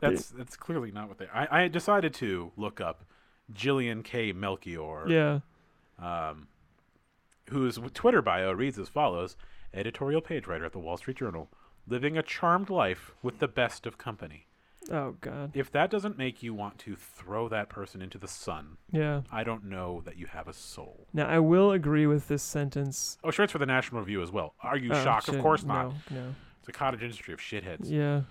Speaker 1: That's that's clearly not what they. I, I decided to look up Jillian K. Melchior.
Speaker 2: yeah.
Speaker 1: Um, whose Twitter bio reads as follows editorial page writer at the Wall Street Journal, living a charmed life with the best of company.
Speaker 2: Oh God.
Speaker 1: If that doesn't make you want to throw that person into the sun,
Speaker 2: Yeah.
Speaker 1: I don't know that you have a soul.
Speaker 2: Now I will agree with this sentence.
Speaker 1: Oh, sure, it's for the National Review as well. Are you
Speaker 2: Oh,
Speaker 1: shocked? Of
Speaker 2: shit.
Speaker 1: course not.
Speaker 2: No. No.
Speaker 1: It's a cottage industry of shitheads.
Speaker 2: Yeah.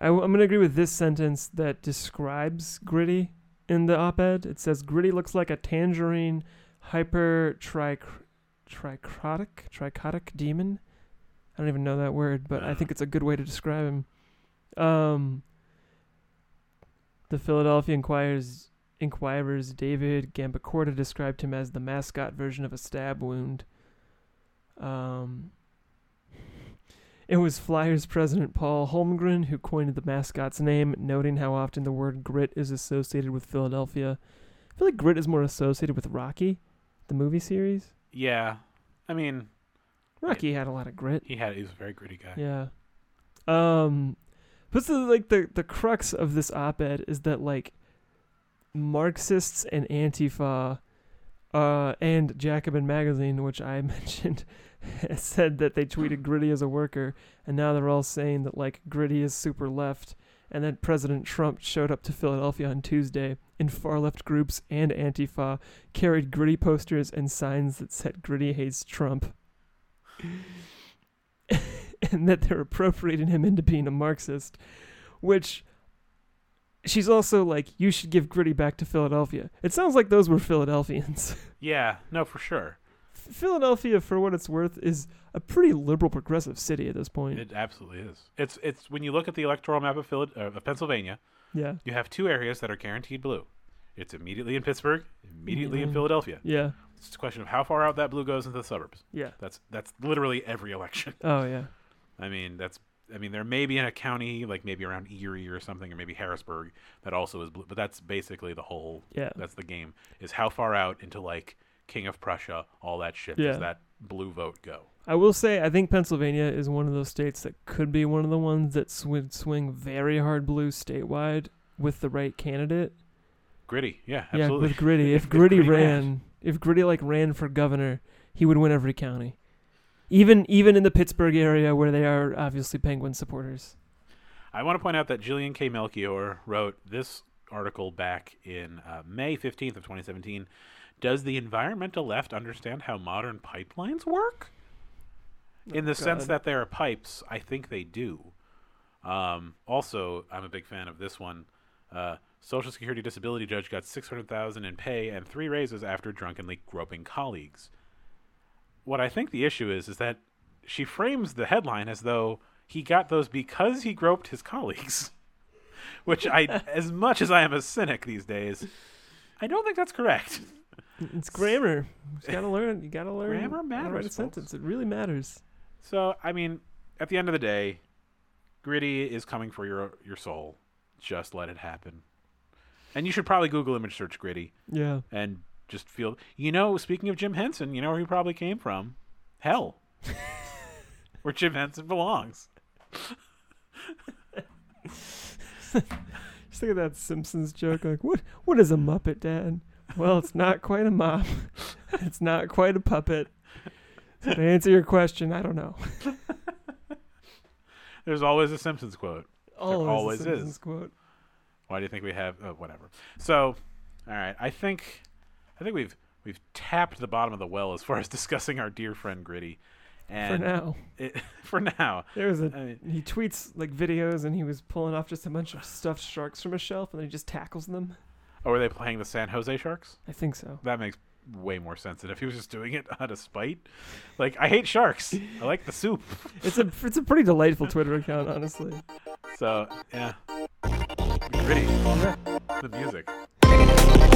Speaker 2: I, am going to agree with this sentence that describes Gritty in the op ed. It says Gritty looks like a tangerine hyper tric- trichrotic, trichotic demon. I don't even know that word, but I think it's a good way to describe him. Um, the Philadelphia Inquirer's, Inquirer's David Gambacorta described him as the mascot version of a stab wound. Um, it was Flyers president Paul Holmgren who coined the mascot's name, noting how often the word grit is associated with Philadelphia. I feel like grit is more associated with Rocky, the movie series.
Speaker 1: Yeah. I mean,
Speaker 2: Rocky had a lot of grit.
Speaker 1: he had he was a very gritty guy.
Speaker 2: Yeah. Um but the like the the crux of this op-ed is that like Marxists and Antifa uh and Jacobin magazine, which I [LAUGHS] mentioned, said that they tweeted Gritty as a worker and now they're all saying that like Gritty is super left and then President Trump showed up to Philadelphia on Tuesday and far left groups and Antifa carried Gritty posters and signs that said Gritty hates Trump [LAUGHS] and that they're appropriating him into being a Marxist, which she's also like, you should give Gritty back to Philadelphia. It sounds like those were Philadelphians. [LAUGHS]
Speaker 1: Yeah, no, for sure.
Speaker 2: Philadelphia, for what it's worth, is a pretty liberal progressive city at this point.
Speaker 1: It absolutely is. It's it's when you look at the electoral map of, Phila- uh, of Pennsylvania,
Speaker 2: yeah.
Speaker 1: you have two areas that are guaranteed blue. It's immediately in Pittsburgh, immediately in
Speaker 2: Yeah.
Speaker 1: Philadelphia.
Speaker 2: Yeah.
Speaker 1: It's just a question of how far out that blue goes into the suburbs.
Speaker 2: Yeah.
Speaker 1: That's that's literally every election.
Speaker 2: Oh, yeah.
Speaker 1: I mean, that's I mean, there may be in a county like maybe around Erie or something, or maybe Harrisburg that also is blue. But that's basically the whole.
Speaker 2: Yeah.
Speaker 1: That's the game. Is how far out into like King of Prussia, all that shit
Speaker 2: Yeah.
Speaker 1: does that blue vote go?
Speaker 2: I will say, I think Pennsylvania is one of those states that could be one of the ones that would swing very hard blue statewide with the right candidate.
Speaker 1: Gritty, yeah, absolutely.
Speaker 2: Yeah, with Gritty. If,
Speaker 1: If
Speaker 2: Gritty,
Speaker 1: Gritty
Speaker 2: ran, if Gritty like ran for governor, he would win every county. Even even in the Pittsburgh area where they are obviously Penguin supporters.
Speaker 1: I want to point out that Gillian K. Melchior wrote this article back in uh, May 15th of 2017. Does the environmental left understand how modern pipelines work? In the sense
Speaker 2: God.
Speaker 1: that there are pipes, I think they do. Um, also, I'm a big fan of this one. Uh, Social Security disability judge got 600,000 in pay and three raises after drunkenly groping colleagues. What I think the issue is is that she frames the headline as though he got those because he groped his colleagues, [LAUGHS] which I, as much as I am a cynic these days, I don't think that's correct.
Speaker 2: It's grammar. You gotta learn. You gotta learn.
Speaker 1: Grammar
Speaker 2: how to Write
Speaker 1: matters,
Speaker 2: a
Speaker 1: folks.
Speaker 2: sentence. It really matters.
Speaker 1: So I mean, at the end of the day, Gritty is coming for your your soul. Just let it happen. And you should probably Google image search Gritty
Speaker 2: Yeah.
Speaker 1: and just feel. You know, speaking of Jim Henson, you know where he probably came from? Hell, where Jim Henson belongs.
Speaker 2: Just think of that Simpsons joke. Like, what? What is a Muppet, Dad? Well, it's not quite a mop. [LAUGHS] it's not quite a puppet. So to answer your question, I don't know.
Speaker 1: There's always a Simpsons quote.
Speaker 2: Always,
Speaker 1: always
Speaker 2: a
Speaker 1: is.
Speaker 2: Simpsons quote.
Speaker 1: Why do you think we have? Oh, whatever. So, all right. I think, I think we've we've tapped the bottom of the well as [LAUGHS] far as discussing our dear friend Gritty. And
Speaker 2: For now,
Speaker 1: it, [LAUGHS] for now,
Speaker 2: there was a
Speaker 1: I mean,
Speaker 2: He tweets like videos, and he was pulling off just a bunch of stuffed sharks from a shelf, and then he just tackles them.
Speaker 1: Oh, were they playing the San Jose Sharks?
Speaker 2: I think so.
Speaker 1: That makes way more sense than if he was just doing it [LAUGHS] out of spite. Like, I hate sharks. I like the soup.
Speaker 2: It's a it's a pretty delightful Twitter account, honestly.
Speaker 1: So, yeah. Gritty. The music.
Speaker 3: Thank you.